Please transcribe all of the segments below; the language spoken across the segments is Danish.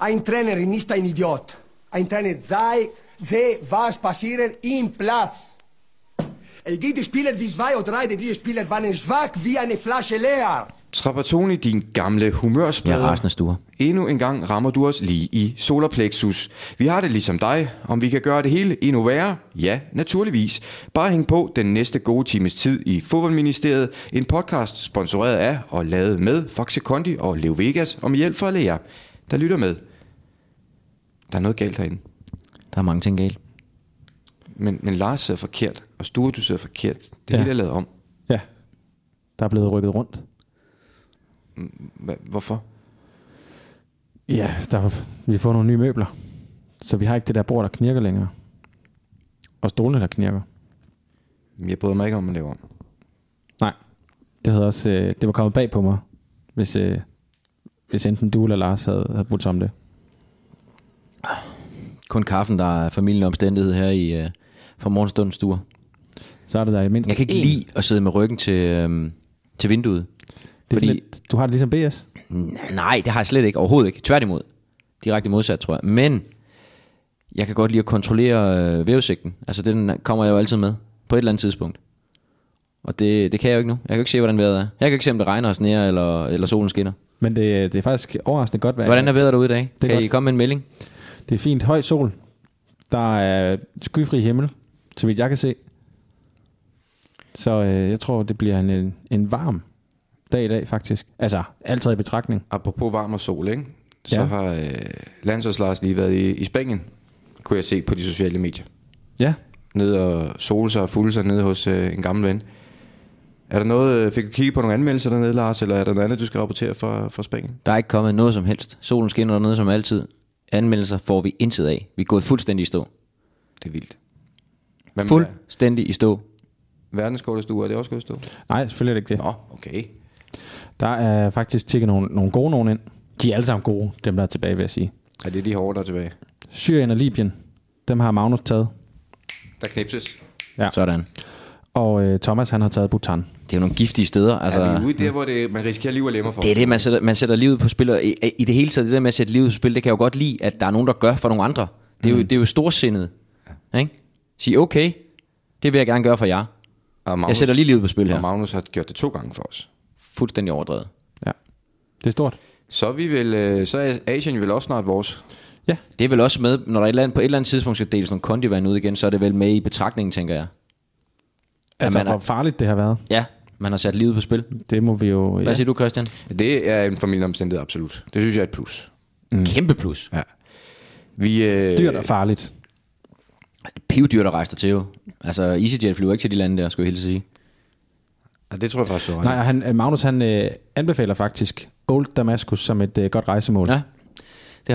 Ein Trainer ist ein Idiot. Ein Trainer sei, sehe, was passiert im Platz. Es gibt Spieler wie zwei oder drei, die Spieler waren schwach wie eine Flasche leer. Trapattoni, din gamle humørspreder. Jeg er rasende, Sture. Endnu en gang rammer du os lige i solarplexus. Vi har det ligesom dig. Om vi kan gøre det hele endnu værre? Ja, naturligvis. Bare hæng på den næste gode times tid i Fodboldministeriet. En podcast sponsoreret af og lavet med Faxe Kondi og Leo Vegas og med hjælp fra Lea, der lytter med. Der er noget galt herinde. Der er mange ting galt. Men, men Lars sidder forkert, og Sture, du sidder forkert. Det Ja. ja. hele er lavet om. Ja. Der er blevet rykket rundt. Hva, hvorfor? Ja, der, vi får nogle nye møbler. Så vi har ikke det der bord, der knirker længere. Og stolene, der knirker. Jeg bryder mig ikke om at lave om. Nej. Det, havde også, øh, det var kommet bag på mig, hvis, øh, hvis enten du eller Lars havde, havde budt sig om det. Kun kaffen, der er familien omstændighed her i øh, fra morgenstundens stuer. Så er det der i mindst Jeg kan ikke én. lide at sidde med ryggen til, øhm, til vinduet. det er fordi- fordi... lidt, Du har det ligesom BS. N- Nej, det har jeg slet ikke. Overhovedet ikke. Tværtimod. Direkte modsat, tror jeg. Men jeg kan godt lide at kontrollere øh, vævesigten. Altså, den kommer jeg jo altid med. På et eller andet tidspunkt. Og det, det kan jeg jo ikke nu. Jeg kan jo ikke se, hvordan vejret er. Jeg kan jo ikke se, om det regner og sneer, eller, eller solen skinner. Men det, det er faktisk overraskende godt vejr. Hvordan er vejret derude i dag? er Kan I godt. komme med en melding? Det er fint. Høj sol. Der er skyfri himmel, så vidt jeg kan se. Så øh, jeg tror, det bliver en, en, en varm dag i dag, faktisk. Altså, altid i betragtning. Apropos varm og sol, ikke? Så Ja. har øh, Landsholds Lars lige været i, i Spanien, kunne jeg se på de sociale medier. Ja. Nede og sole sig og fulde sig nede hos øh, en gammel ven. Er der noget, øh, fik du kigge på nogle anmeldelser dernede, Lars, eller er der noget andet, du skal rapportere fra, fra Spanien? Der er ikke kommet noget som helst. Solen skinner dernede som altid. Anmeldelser får vi intet af. Vi er gået fuldstændig i stå. Det er vildt. Hvad med Fuldstændig i stå. verdenskortestue, er det også gået i stå? Nej, selvfølgelig er det ikke det. Nå, okay. Der er faktisk tækket nogle, nogle gode nogen ind. De er alle sammen gode, dem der er tilbage, vil jeg sige. Er det de hårde, der er tilbage? Syrien og Libyen, dem har Magnus taget. Der knipses. Ja. Sådan. Og øh, Thomas, han har taget Bhutan. Det er jo nogle giftige steder. Altså, Altså, er vi ude der, hvor det, man risikerer liv og lemmer for? det er det, man sætter, man sætter livet på spil. Og i, I det hele taget, det der med at sætte livet på spil, det kan jeg jo godt lide, at der er nogen, der gør for nogle andre. Det Mm. er jo, det er jo storsindet. Ikke? Sige, okay, det vil jeg gerne gøre for jer. Og Magnus, Jeg sætter lige livet på spil Og her. Magnus har gjort det to gange for os. Fuldstændig overdrevet. Ja. Det er stort. Så er, vi vel, øh, så er Asien vel også snart vores. Det er vel også med, når der er et eller andet, på et eller andet tidspunkt skal deles nogle kondivand ud igen, så er det vel med i betragtningen, tænker jeg. Altså, man er- hvor farligt det har været. Ja, man har sat livet på spil. Det må vi jo... Hvad siger du, Christian? Det er en familie omstændighed, absolut. Det synes jeg er et plus. Mm. Kæmpe plus. Ja. Vi, øh, Dyrt og farligt. Pivdyr, der rejser til jo. Altså, EasyJet flyver ikke til de lande der, skulle jeg helt sige. og det tror jeg faktisk, du har ret Nej, og han, øh, Magnus han øh, anbefaler faktisk Old Damaskus som et øh, godt rejsemål. Ja. Det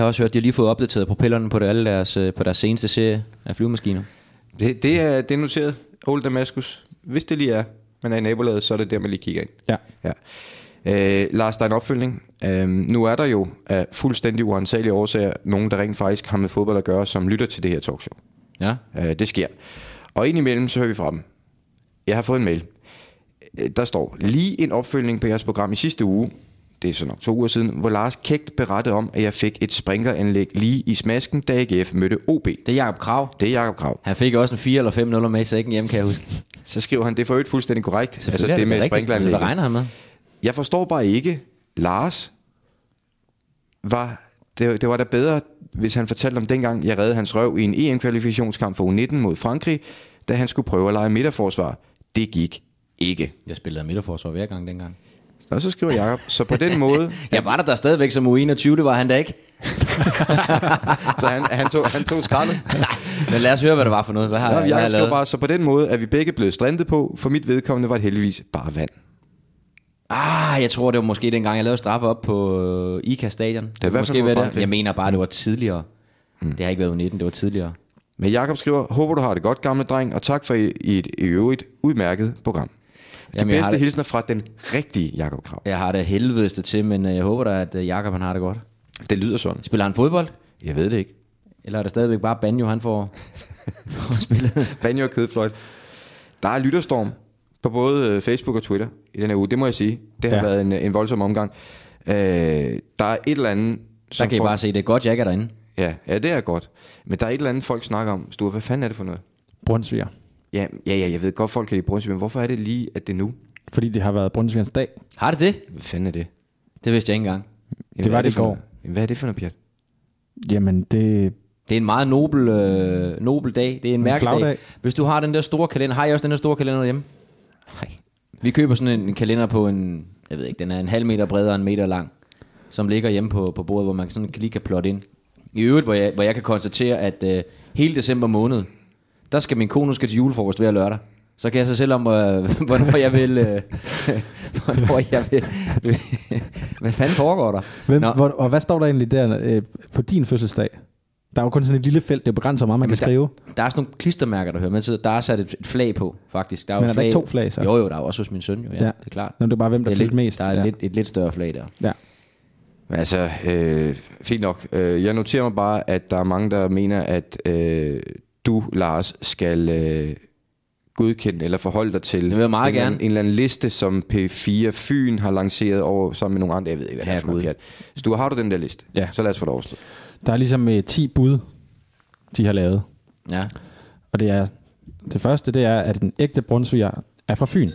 har jeg også hørt. De har lige fået opdateret propellerne på det, alle deres, øh, på deres seneste serie af flyvemaskiner. i. det, det, er, det er noteret. Old Damaskus. Hvis det lige er, man er i nabolaget, så er det der, man lige kigger ind. ja. Ja. Øh, Lars, der er en opfølgning. Øh, nu er der jo af fuldstændig uansagelige årsager nogen, der rent faktisk har med fodbold at gøre, som lytter til det her talkshow. Ja. Øh, det sker. Og indimellem så hører vi fra dem. Jeg har fået en mail. Øh, Der står lige en opfølgning på jeres program i sidste uge. Det er så nok to uger siden, hvor Lars Kægt berettede om, at jeg fik et sprinkleranlæg lige i smasken, da AGF mødte OB. Det er Jacob Krav. Det er Jakob Krav. Han fik også en 4 eller 5 0 med i sækken hjemme, kan jeg huske. Så skriver han, det er for øvrigt fuldstændig korrekt. Altså det, er det med rigtigt. Hvad sprinkleranlægget. regner han med? Jeg forstår bare ikke, Lars var, det, det var da bedre, hvis han fortalte om dengang, jeg reddede hans røv i en EM-kvalifikationskamp for U19 mod Frankrig, da han skulle prøve at lege midterforsvar. Det gik ikke. Jeg spillede midterforsvar hver gang dengang. Og så skriver Jacob, så på den måde, Jeg var der, der stadigvæk som U21, det var han da ikke. så han, han tog, han tog skraldet. Men lad os høre, hvad det var for noget. Hvad har, Ja, hvad har Jacob jeg skriver lavet? bare, så på den måde er vi begge blevet strandet på, for mit vedkommende var det heldigvis bare vand. Ah, jeg tror, det var måske dengang, jeg lavede straffe op på øh, ICA Stadion. Det hvert fald Hmm. måske mod været der. Frankrig. Jeg mener bare, det var tidligere. Det har ikke været U19, det var tidligere. Men Jakob skriver, håber du har det godt, gamle dreng, og tak for i, i et i øvrigt udmærket program. De Jamen, jeg har bedste det- hilsner fra den rigtige Jakob Krav. Jeg har det helvedeste til, men øh, jeg håber da, at øh, Jakob han har det godt. Det lyder sådan. Spiller han fodbold? Jeg ved det ikke. Eller er det stadigvæk bare Banjo, han får, får spillet? Banjo og kødfløjt. Der er lytterstorm på både øh, Facebook og Twitter i den her uge. Det må jeg sige. Det har ja. Ja. været en, øh, en voldsom omgang. Øh, der er et eller andet Der kan I folk- bare se, det er godt, jeg ikke er derinde. Ja, ja, det er godt. Men der er et eller andet, folk snakker om. Sture, hvad fanden er det for noget? Brunsviger. Ja, ja, ja jeg ved godt, folk kan lide Brunsvig, men hvorfor er det lige, at det er nu? Fordi det har været Brunsvigerens dag. Har det det? Hvad fanden er det? Det vidste jeg ikke engang. Jamen, Det hvad var er det i for går. noget? Jamen, hvad er det for noget, Pjat? Jamen, det... Det er en meget nobel, øh, nobel dag. Det er en mærkedag. flagdag. Hvis du har den der store kalender, har I også den der store kalender hjemme? Nej. Vi køber sådan en, en kalender på en, jeg ved ikke, den er en halv meter bred og en meter lang, som ligger hjemme på, på bordet, hvor man sådan lige kan plotte ind. I øvrigt, hvor jeg, hvor jeg kan konstatere, at øh, hele december måned, der skal min kone, hun skal til julefrokost hver lørdag. Så kan jeg så selv om, øh, hvornår jeg vil... Øh, hvornår jeg vil... Hvad fanden foregår der? Hvem, Nå. hvor, og hvad står der egentlig der øh, på din fødselsdag? Der er jo kun sådan et lille felt, det begrænser hvor meget, man Jamen, kan skrive. Der er sådan nogle klistermærker, der hører med til. Der er sat et, et flag på, faktisk. Der er jo Men er et der flag. ikke to flag, så? Jo, jo, der er jo også hos min søn, jo. Ja, ja. Ja. det er klart. Nå, det er bare, hvem der Det er fyldte lidt- mest. Der er ja. lidt, et lidt større flag der. Ja. Men altså, øh, fint nok. Øh, jeg noterer mig bare, at der er mange, der mener, at øh, du, Lars, skal øh, godkende eller forholde dig til det vil jeg meget en, eller anden- gerne. en eller anden liste, som P4 Fyn har lanceret over sammen med nogle andre. Jeg ved ikke, hvad det er for noget. Herregud. pjat. Så du har du den der liste? Ja. Så lad os få det overstået. Der er ligesom øh, 10 bud, de har lavet. Ja. Og det er det første, det er, at den ægte brunsviger er fra Fyn.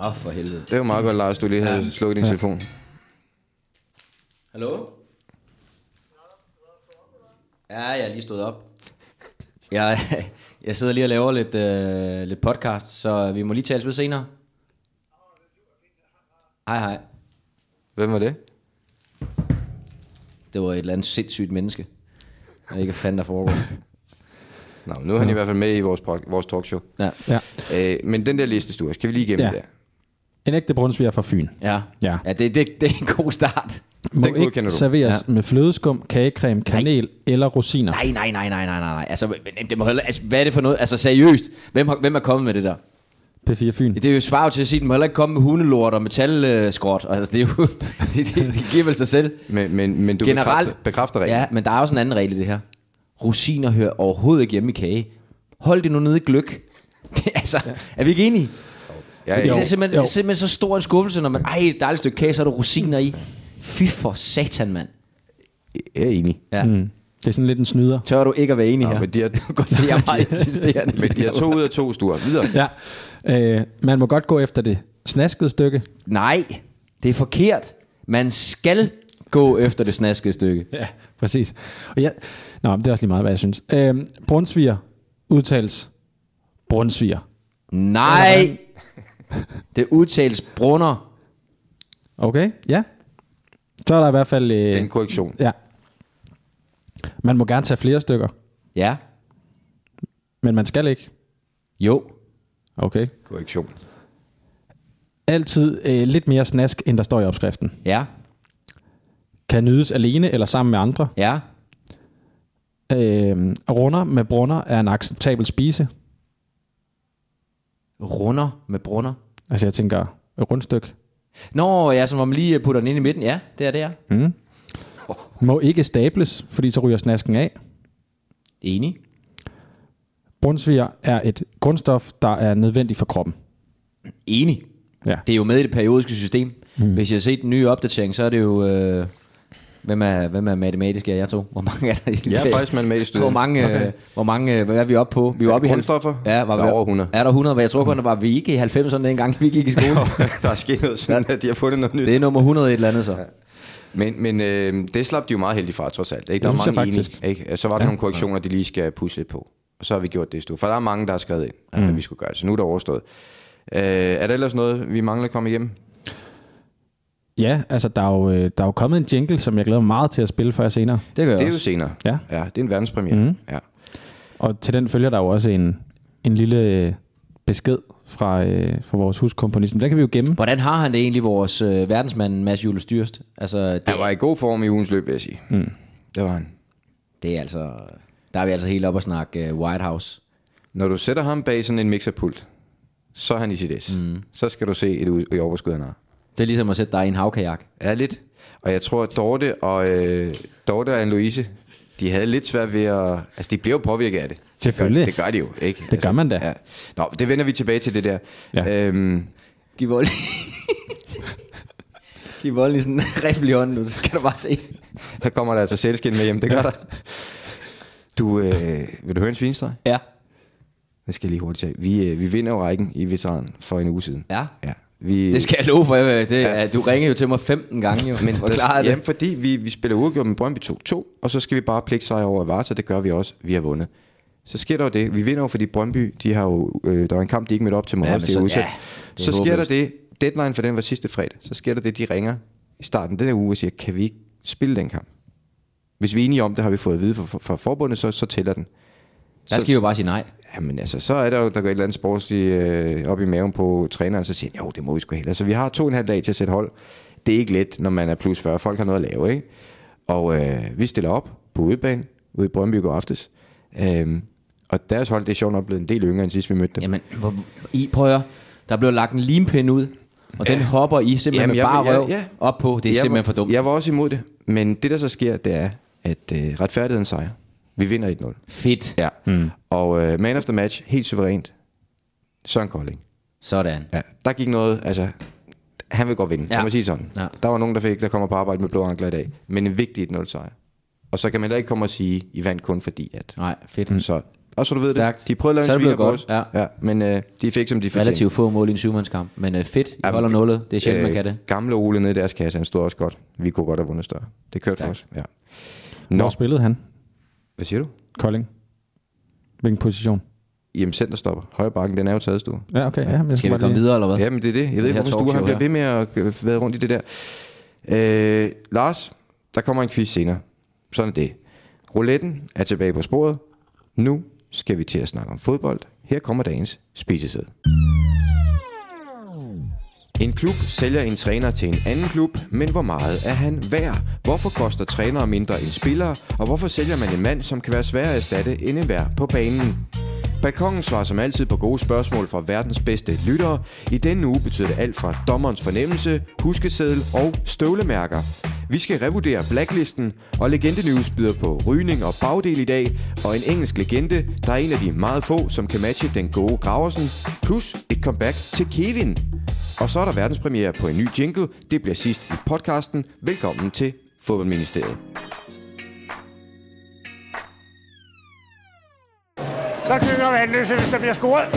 Åh, oh, for helvede. Det var meget godt, Lars, du lige havde slukket din telefon. Hallo? Ja, jeg er lige stået op. Jeg, jeg sidder lige og laver lidt, øh, lidt podcast, så vi må lige tales ved senere. Hej, hej. Hvem var det? Det var et eller andet sindssygt menneske. Jeg ved ikke, hvad fanden der foregår. Nå, men nu er han i hvert fald med i vores, pod- vores talkshow. Ja. Ja. Øh, men den der liste, Sture, skal vi lige igennem Ja. der? En ægte brunsviger er fra Fyn. Ja, Ja. ja det, det, det er en god start. Må Den godkender ikke du. serveres ja. med flødeskum, kagecreme, kanel Nej. eller rosiner. Nej, nej, nej, nej, nej, nej, nej. Altså, men det må heller, altså, hvad er det for noget? Altså, seriøst. Hvem, har, hvem er kommet med det der? P4 Fyn. Det er jo svaret til at sige, at den må heller ikke komme med hundelort og metalskrot. Altså, det, er jo, det, det, det giver vel sig selv. Men, men, men du Generelt. bekræfter, bekræfter reglen. Ja, men der er også en anden regel i det her. Rosiner hører overhovedet ikke hjemme i kage. Hold det nu nede i gløk. Det, altså, er vi ikke enige? Ja, Det ja, er ja. simpelthen, jo. simpelthen så stor en skuffelse, når man... Ej, et dejligt stykke kage, så er der rosiner i. Fy for satan, mand. Jeg er enig. Ja. Mm. Det er sådan lidt en snyder. Tør du ikke at være enig Nå, her? men de har, Godt se, jeg er meget insisterende. men de har to ud af to stuer. Videre. Ja. Øh, man må godt gå efter det snaskede stykke. Nej, det er forkert. Man skal gå efter det snaskede stykke. Ja, præcis. Og jeg, nå, men det er også lige meget, hvad jeg synes. Øh, brunsviger udtales brunsviger. Nej, det udtales brunner. Okay, ja. Så er der i hvert fald... Det er Øh, en korrektion. ja. Man må gerne tage flere stykker, Ja, men man skal ikke. jo. Okay. Korrektion. Altid øh, lidt mere snask, end der står i opskriften. Ja, Kan nydes alene eller sammen med andre. ja. Øh, runder med brunner er en acceptabel spise. Runder med brunner. Altså jeg tænker et rundstykke. Nå, ja, som om man lige putter den ind i midten. Ja, det er det, er. Hmm. Må ikke stables, fordi så ryger snasken af. Enig. Brunsviger er et grundstof, der er nødvendigt for kroppen. Enig. Ja. Det er jo med i det periodiske system. Hmm. Mm. Hvis jeg har set den nye opdatering, så er det jo... Øh, hvem, er, hvem er matematisk af jer to? Hvor mange er der i det? Jeg er faktisk matematisk Hvor mange, okay. hvor mange, øh, hvad er vi oppe på? Vi var oppe i halv- Grundstoffer? Ja, var Der er vi, over 100. Er der 100? Hvad jeg tror kun, der var vi ikke i 90'erne dengang, vi gik i skole. der er sket noget sådan, at de har fundet noget nyt. det er nummer 100 et eller andet så. Men, men øh, det slap de jo meget heldigt fra, trods alt. Ikke? Der Det var synes mange jeg faktisk. enige, ikke? Så var der ja. nogle korrektioner, de lige skal pusle lidt på. Og så har vi gjort det, Stu. For der er mange, der har skrevet ind, at vi skulle gøre det. Så nu er det overstået. Øh, er der ellers noget, vi mangler at komme igennem? Ja, altså der er, jo, øh, der er jo kommet en jingle, som jeg glæder mig meget til at spille for jer senere. Det gør jeg Det er jo også. senere. Ja. ja det er en verdenspremiere. Mm. Ja. Og til den følger der jo også en, en lille øh, besked fra, øh, fra vores huskomponist. Men Den kan vi jo gemme. Hvordan har han det egentlig, vores øh, verdensmand Mads Jules Dyrst? Altså, det, Han var i god form i ugens løb, vil jeg sige. Mm. Det var han. det er altså... Der er vi altså helt op og snakke øh, White House. Når du sætter ham bag sådan en mixerpult, så er han i sit S. Mm. Så skal du se et, ud- et overskud, han har. Det er ligesom at sætte dig i en havkajak. Ja, lidt. Og jeg tror, at Dorte og, øh, Dorte og Anne-Louise, de havde lidt svært ved at... Altså, de blev jo påvirket af det. Selvfølgelig. Det gør, det gør de jo, ikke? Det gør man da. Ja. Nå, Øhm, det vender vi tilbage til det der. Ja. Øhm, Giv vold. Giv volden i sådan en riffel i hånden nu, så skal du bare se. Der kommer der altså sælskin med hjem, det gør der. Du, øh, vil du høre en svinestreg? Ja. Det skal jeg lige hurtigt sige. Vi, øh, vi vinder jo rækken i veteran for en uge siden. Ja. ja. Vi, Det skal jeg love for. Jeg, det, Ja. ja. Du ringede jo til mig 15 gange, jo. Men hvor der- klarer Jamen, det? fordi vi, vi spiller uafgjort med Brøndby 2-2, og så skal vi bare pligte sejre over Varta, det gør vi også. Vi har vundet. Så sker der jo det. Vi vinder jo, fordi Brøndby, de har jo, øh, der var en kamp, de ikke mødte op til mod Ja, os, men det er så- udsat. ja, det er så sker der håbløst. det. Deadline for den var sidste fredag. Så sker der det, de ringer i starten af den her uge og siger, kan vi ikke spille den kamp? Hvis vi er enige om det, har vi fået at vide fra, fra- fra forbundet, så, så tæller den. Der skal I jo bare sige nej. Jamen altså, så er der jo, der går et eller andet sportsligt øh, op i maven på træneren, så siger han, jo, det må vi sgu hellere. Så vi har to og en halv dag til at sætte hold. Det er ikke let, når man er plus 40. Folk har noget at lave, ikke? Og øh, vi stiller op på udebane ude i Brøndby i går aftes. Øhm, og deres hold, det er sjovt nok blevet en del yngre, end sidst vi mødte dem. Jamen, hvor, I prøver. at høre. Der blev lagt en limpind ud, og den hopper I simpelthen Jamen, med jeg- bare jeg- røv ja. op på. Det er jeg simpelthen var, for dumt. Jeg var også imod det, men det der så sker, det er, at øh, retfærdigheden sejrer. Vi vinder 1-0. Fedt. Ja. Mm. Og øh, man of the match, helt suverænt. Søren Kolding. Sådan. Ja, der gik noget, altså, han vil godt vinde, ja. Ja. kan man sige sådan. Ja. Ja. Der var nogen, der fik, der kommer på arbejde med blå ankler i dag, men en vigtig 1-0 sejr. Og så kan man heller ikke komme og sige, I vandt kun fordi at. Nej, fedt. Mm. Så, og så du ved Stærkt. det, de prøvede at Så lave er en det blevet sviner på godt, os. ja. ja. men øh, de fik, som de fortjente. Relativt få mål i en syvmandskamp, men øh, fedt. I Jamen, holder nullet. Det er sjældent, man kan det. Øh, Gamle Ole nede i deres kasse, han stod også godt. Vi kunne godt have vundet større. Det kørte for os. Ja. Hvor Nå, spillede han, hvad siger du? Kolding? Hvilken position? Jamen, centerstopper. Højre bakken, den er jo taget stue. Ja, okay. Ja, men jeg Skal vi bare komme lige- videre, eller hvad? Jamen, det er det. Jeg ved Det ikke, her hvorfor Stue han talkshow bliver her. ved med at øh, være rundt i det der. Øh, Lars, der kommer en quiz senere. Sådan er det. Rouletten er tilbage på sporet. Nu skal vi til at snakke om fodbold. Her kommer dagens spisesæde. En klub sælger en træner til en anden klub, men hvor meget er han værd? Hvorfor koster trænere mindre end spillere? Og hvorfor sælger man en mand, som kan være sværere at erstatte end en vær på banen? Balkongen svarer som altid på gode spørgsmål fra verdens bedste lyttere. I denne uge betyder det alt fra dommerens fornemmelse, huskeseddel og støvlemærker. Vi skal revurdere Blacklisten, og Legende News byder på rygning og bagdel i dag, og en engelsk legende, der er en af de meget få, som kan matche den gode Graversen, plus et comeback til Kevin. Og så er der verdenspremiere på en ny jingle. Det bliver sidst i podcasten. Velkommen til Fodboldministeriet. Så kører Vanløse, hvis der bliver scoret.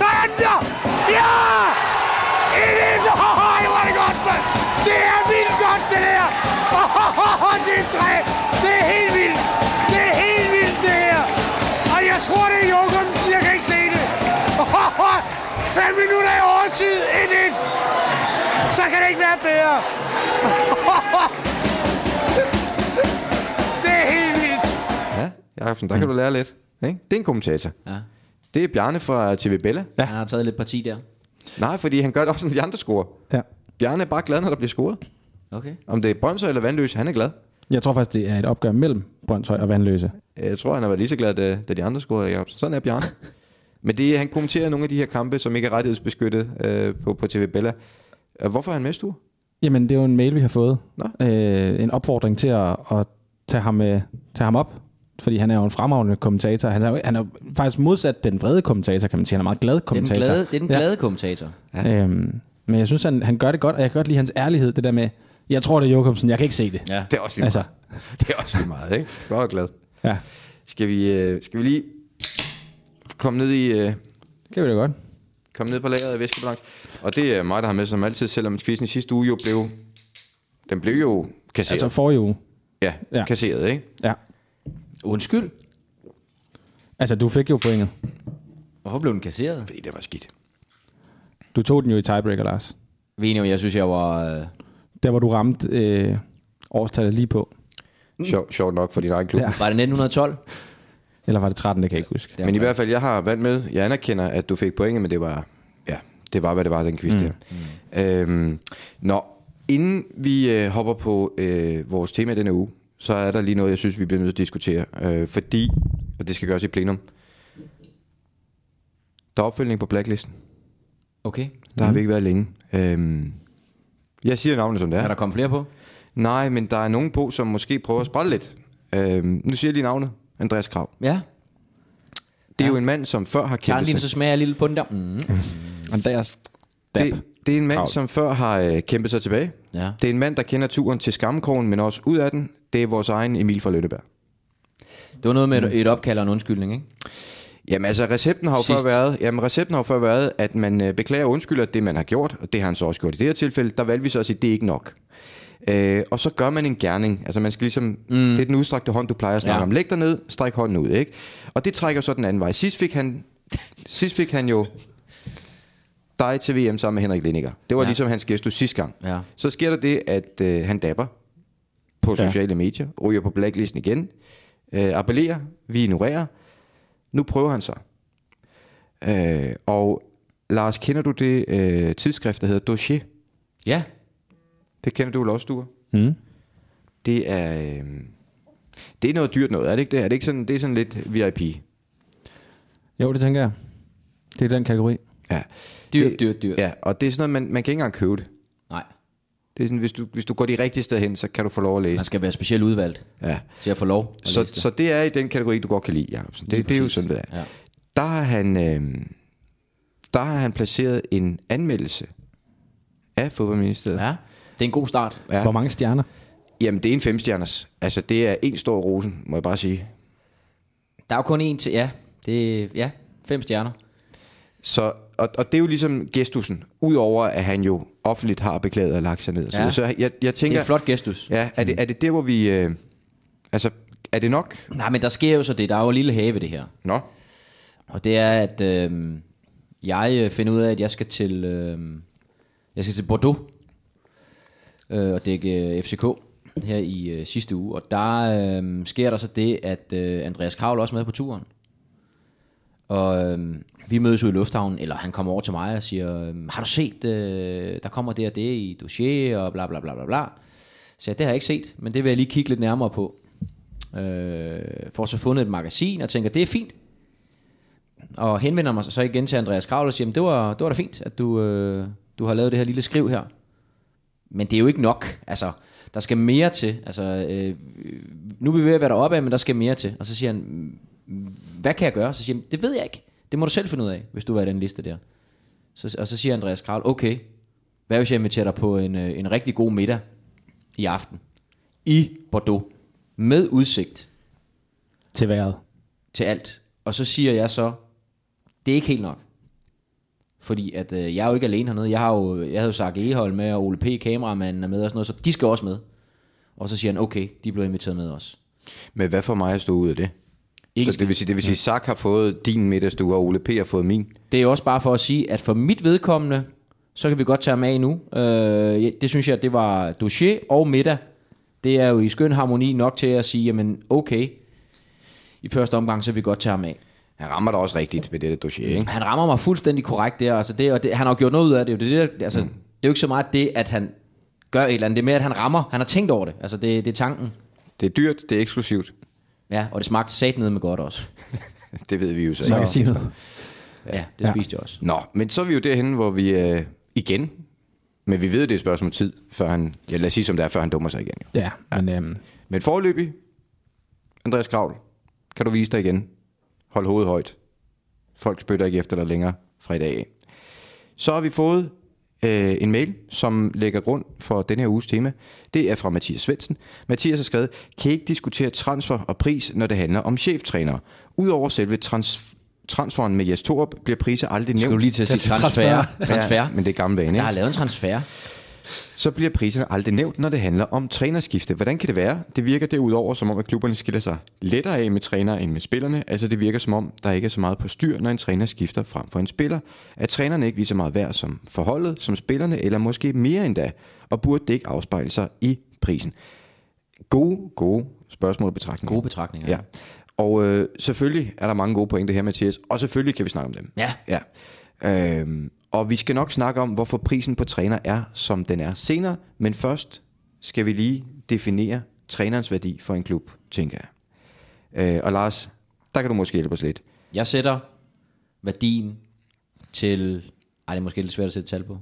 Så er den der! Ja! Et efter! Høj, hvor er det godt, mand! Det er vildt godt, det der! Det er træ! Det er helt vildt! Det er helt vildt, det her! Og jeg tror, det er Jokumsen, jeg kan ikke se det! 5 minutter i overtid, 1-1! Så kan det ikke være bedre! Det er helt vildt! Ja, Jacobsen, der kan du lære lidt. Ikke? Det er en kommentator. Ja. Det er Bjarne fra TV Bella. ja. Han har taget lidt parti der. Nej, fordi han gør det også, når de andre scorer. Ja. Bjarne er bare glad, når der bliver scoret. Okay. Om det er Brøndshøj eller Vandløs, han er glad. Jeg tror faktisk, det er et opgør mellem Brøndshøj og Vandløse. Øh, Jeg tror, han har været lige så glad, da, da de andre scorede, Jacobsen. Sådan er Bjarne. Men det, er- han kommenterer nogle af de her kampe, som ikke er rettighedsbeskyttet øh, på, på TV Bella. Øh, Hvorfor er han med, Stue? Jamen, det er jo en mail, vi har fået. Nå. Øh, en opfordring til at, at tage, ham, øh, tage ham op. Fordi han er jo en fremragende kommentator. Han er, jo- han er jo faktisk modsat den vrede kommentator, kan man sige. Han er en meget glad Det er den kommentator. glade, det er den glade kommentator. Ja. Øhm, men jeg synes, han, han gør det godt, og jeg kan godt lide hans ærlighed. Det der med, jeg tror, det er Jokumsen, jeg kan ikke se det. Ja. Det er også lige meget. Altså, Altså. Det er også lige meget, ikke? Godt glad. ja, Skal vi, øh, skal vi lige komme ned i øh, det kan vi da godt. komme ned på lageret af væskebalance? Og det er mig, der har med som altid, selvom quizzen i sidste uge jo blev... Den blev jo kasseret. Altså Altså, forrige uge. ja, ja, ja. kasseret, ikke? Ja. Undskyld. Altså, du fik jo pointet. Hvorfor blev den kasseret? Fordi det var skidt. Du tog den jo i tiebreaker, Lars. Ved I nu, jeg synes, jeg var... Øh, Der, hvor du ramte øh, årstallet lige på. Sjov, sjovt nok for din egen klub. Ja. Ja. var det 1912? Eller var det 13, det kan jeg ikke huske. Men i hvert fald, jeg har valgt med. Jeg anerkender, at du fik pointe, men det var, ja, det var, hvad det var, den quiz mm. der. Øhm, nå, inden vi øh, hopper på øh, vores tema denne uge, så er der lige noget, jeg synes, vi bliver nødt til at diskutere. Øh, fordi, og det skal gøres i plenum, der er opfølgning på blacklisten. Okay. Der har vi ikke været længe. Øhm, jeg siger navnet, som det er. Er der kommet flere på? Nej, men der er nogen på, som måske prøver at sprælle lidt. Øhm, nu siger jeg lige navnet. Andreas Krav. Ja. Det er ja. jo en mand, som før har Tager kæmpet han din, så smager jeg lidt på den der. Mm. Andreas Dab. Det, Det. Det er en mand, Travlt. som før har øh, kæmpet sig tilbage. Ja. Det er en mand, der kender turen til skammekrogen, men også ud af den. Det er vores egen Emil fra Løtteberg. Det var noget med Mm. et, et opkald og en undskyldning, ikke? Jamen altså, recepten har jo Sidst. før været, jamen, recepten har jo før været, at man øh, beklager og undskylder det, man har gjort, og det har han så også gjort i det her tilfælde. Der valgte vi så at sige, det er ikke nok. Øh, og så gør man en gerning. Altså man skal ligesom, mm. det er den udstrakte hånd, du plejer at snakke Ja. ja. om. Læg dig ned, stræk hånden ud, ikke? Og det trækker så den anden vej. Sidst fik han, sidst fik han jo dig til VM sammen med Henrik Lindinger. Det var Ja. ja. ligesom hans gestus sidste gang. Ja. Så sker der det, at øh, han dapper på Ja. sociale medier, ryger på blacklisten igen, øh, appellerer, vi ignorerer. Nu prøver han sig. Øh, og Lars, kender du det øh, tidsskrift, der hedder Dossier? Ja. Det kender du vel også, du? Mm. Det er, øh, det er noget dyrt noget, er det ikke det? Er det ikke sådan, det er sådan lidt VIP? Jo, det tænker jeg. Det er den kategori. Ja. Dyrt, Det- dyrt, dyrt. ja, og det er sådan noget, man, man kan ikke engang købe det. Nej. Det er sådan, hvis du, hvis du går de rigtige steder hen, så kan du få lov at læse. Man skal være specielt udvalgt Ja. til at få lov at Så, læse det. så det er i den kategori, du godt kan lide, Jacobsen. Det, det er jo præcis. sådan, det er. Ja. Ja. Der, har han, øh, der har han placeret en anmeldelse af fodboldministeriet. ja. Det er en god start. Ja. Hvor mange stjerner? Jamen, det er en femstjerners. Altså, det er en stor rosen, må jeg bare sige. Der er jo kun en til, ja. Det er, ja, fem stjerner. Så, og, og det er jo ligesom gestusen. Udover at han jo offentligt har beklaget og lagt sig ned. Ja. Ja. Så, så jeg, jeg Det tænker... er en flot gestus. Ja, er, det, er det der, hvor vi... Øh, altså, er det nok? Nej, men der sker jo så det. Der er jo en lille have ved det her. Nå. Og det er, at øh, jeg øh, finder ud af, at jeg skal til, øh, jeg skal til Bordeaux øh, og dække øh, FCK her i øh, sidste uge. Og der øh, sker der så det, at øh, Andreas Kravl er også med på turen. Og øh, vi mødes ude i lufthavnen, eller han kommer over til mig og siger, øh, har du set, øh, der kommer det og det i dossier og bla bla bla bla bla. Så jeg, det har jeg ikke set, men det vil jeg lige kigge lidt nærmere på. Øh, får så fundet et magasin og tænker, det er fint og henvender mig så igen til Andreas Kravl og siger, "Jamen, det var, det var da fint, at du, øh, du har lavet det her lille skriv her. Men det er jo ikke nok. Altså, der skal mere til. Altså, øh, nu er vi ved at være deroppe af, men der skal mere til. Og så siger han, "Mm, hvad kan jeg gøre? Så siger han, det ved jeg ikke. Det må du selv finde ud af, hvis du var i den liste der. Så, og så siger Andreas Kravl, okay, hvad hvis jeg inviterer dig på en, øh, en rigtig god middag i aften i Bordeaux med udsigt Til vejret. til alt. Og så siger jeg så, det er ikke helt nok. Fordi at, øh, jeg er jo ikke alene hernede. Jeg, har jo, jeg havde jo sagt Ehold med, og Ole P. kameramanden er med og sådan noget, så de skal også med. Og så siger han, okay, de blev inviteret med også. Men hvad for mig at stå ud af det? Ikke så det vil sige, det vil sige, Sak har fået din middagstue, og Ole P. har fået min. Det er jo også bare for at sige, at for mit vedkommende, så kan vi godt tage ham af nu. Øh, jeg- det synes jeg, det var dossier og middag. Det er jo i skøn harmoni nok til at sige, jamen okay, i første omgang, så vil vi godt tage ham af. Han rammer dig også rigtigt ved dette dossier, ikke? Han rammer mig fuldstændig korrekt der, altså det, og det, han har jo gjort noget ud af det. Det er, jo det, der, altså, det er jo ikke så meget det, at han gør et eller andet. Det er mere, at han rammer. Han har tænkt over det. Altså, det, det er tanken. Det er dyrt, det er eksklusivt. Ja, og det smagte sat ned med godt også. Det ved vi jo så Så jeg ikke. kan sige noget. Ja, det ja. Ja. spiste jeg også. Nå, men så er vi jo derhen, hvor vi øh, igen, men vi ved, det er et spørgsmål om tid, før han, ja, lad os sige som det er, før han dummer sig igen. jo. Ja, men øhm, Men forløbig, Andreas Kravl, kan du vise dig igen. Hold hovedet højt. Folk spytter ikke efter dig længere fra i dag af. Så har vi fået øh, en mail, som lægger grund for den her uges tema. Det er fra Mathias Svendsen. Mathias har skrevet, kan I ikke diskutere transfer og pris, når det handler om cheftrænere. Udover selve trans transferen med Jes Torup, bliver priser aldrig nævnt. Skal du lige til at sige transfer? Transfer. Ja, men det er gammel vane, Der ikke? har lavet en transfer. så bliver priserne aldrig nævnt, når det handler om trænerskifte. Hvordan kan det være? Det virker derudover som om, at klubberne skiller sig lettere af med trænere end med spillerne. Altså det virker som om, der ikke er så meget på styr, når en træner skifter frem for en spiller. Er trænerne ikke lige så meget værd som forholdet, som spillerne, eller måske mere endda? Og burde det ikke afspejle sig i prisen? Gode, gode spørgsmål og betragtninger. Gode betragtninger. Ja. Og øh, selvfølgelig er der mange gode pointer her, Mathias. Og selvfølgelig kan vi snakke om dem. Ja. ja. Øhm, og vi skal nok snakke om, hvorfor prisen på træner er, som den er senere. Men først skal vi lige definere trænerens værdi for en klub, tænker jeg. Øh, og Lars, der kan du måske hjælpe os lidt. Jeg sætter værdien til... Ej, det er måske lidt svært at sætte tal på.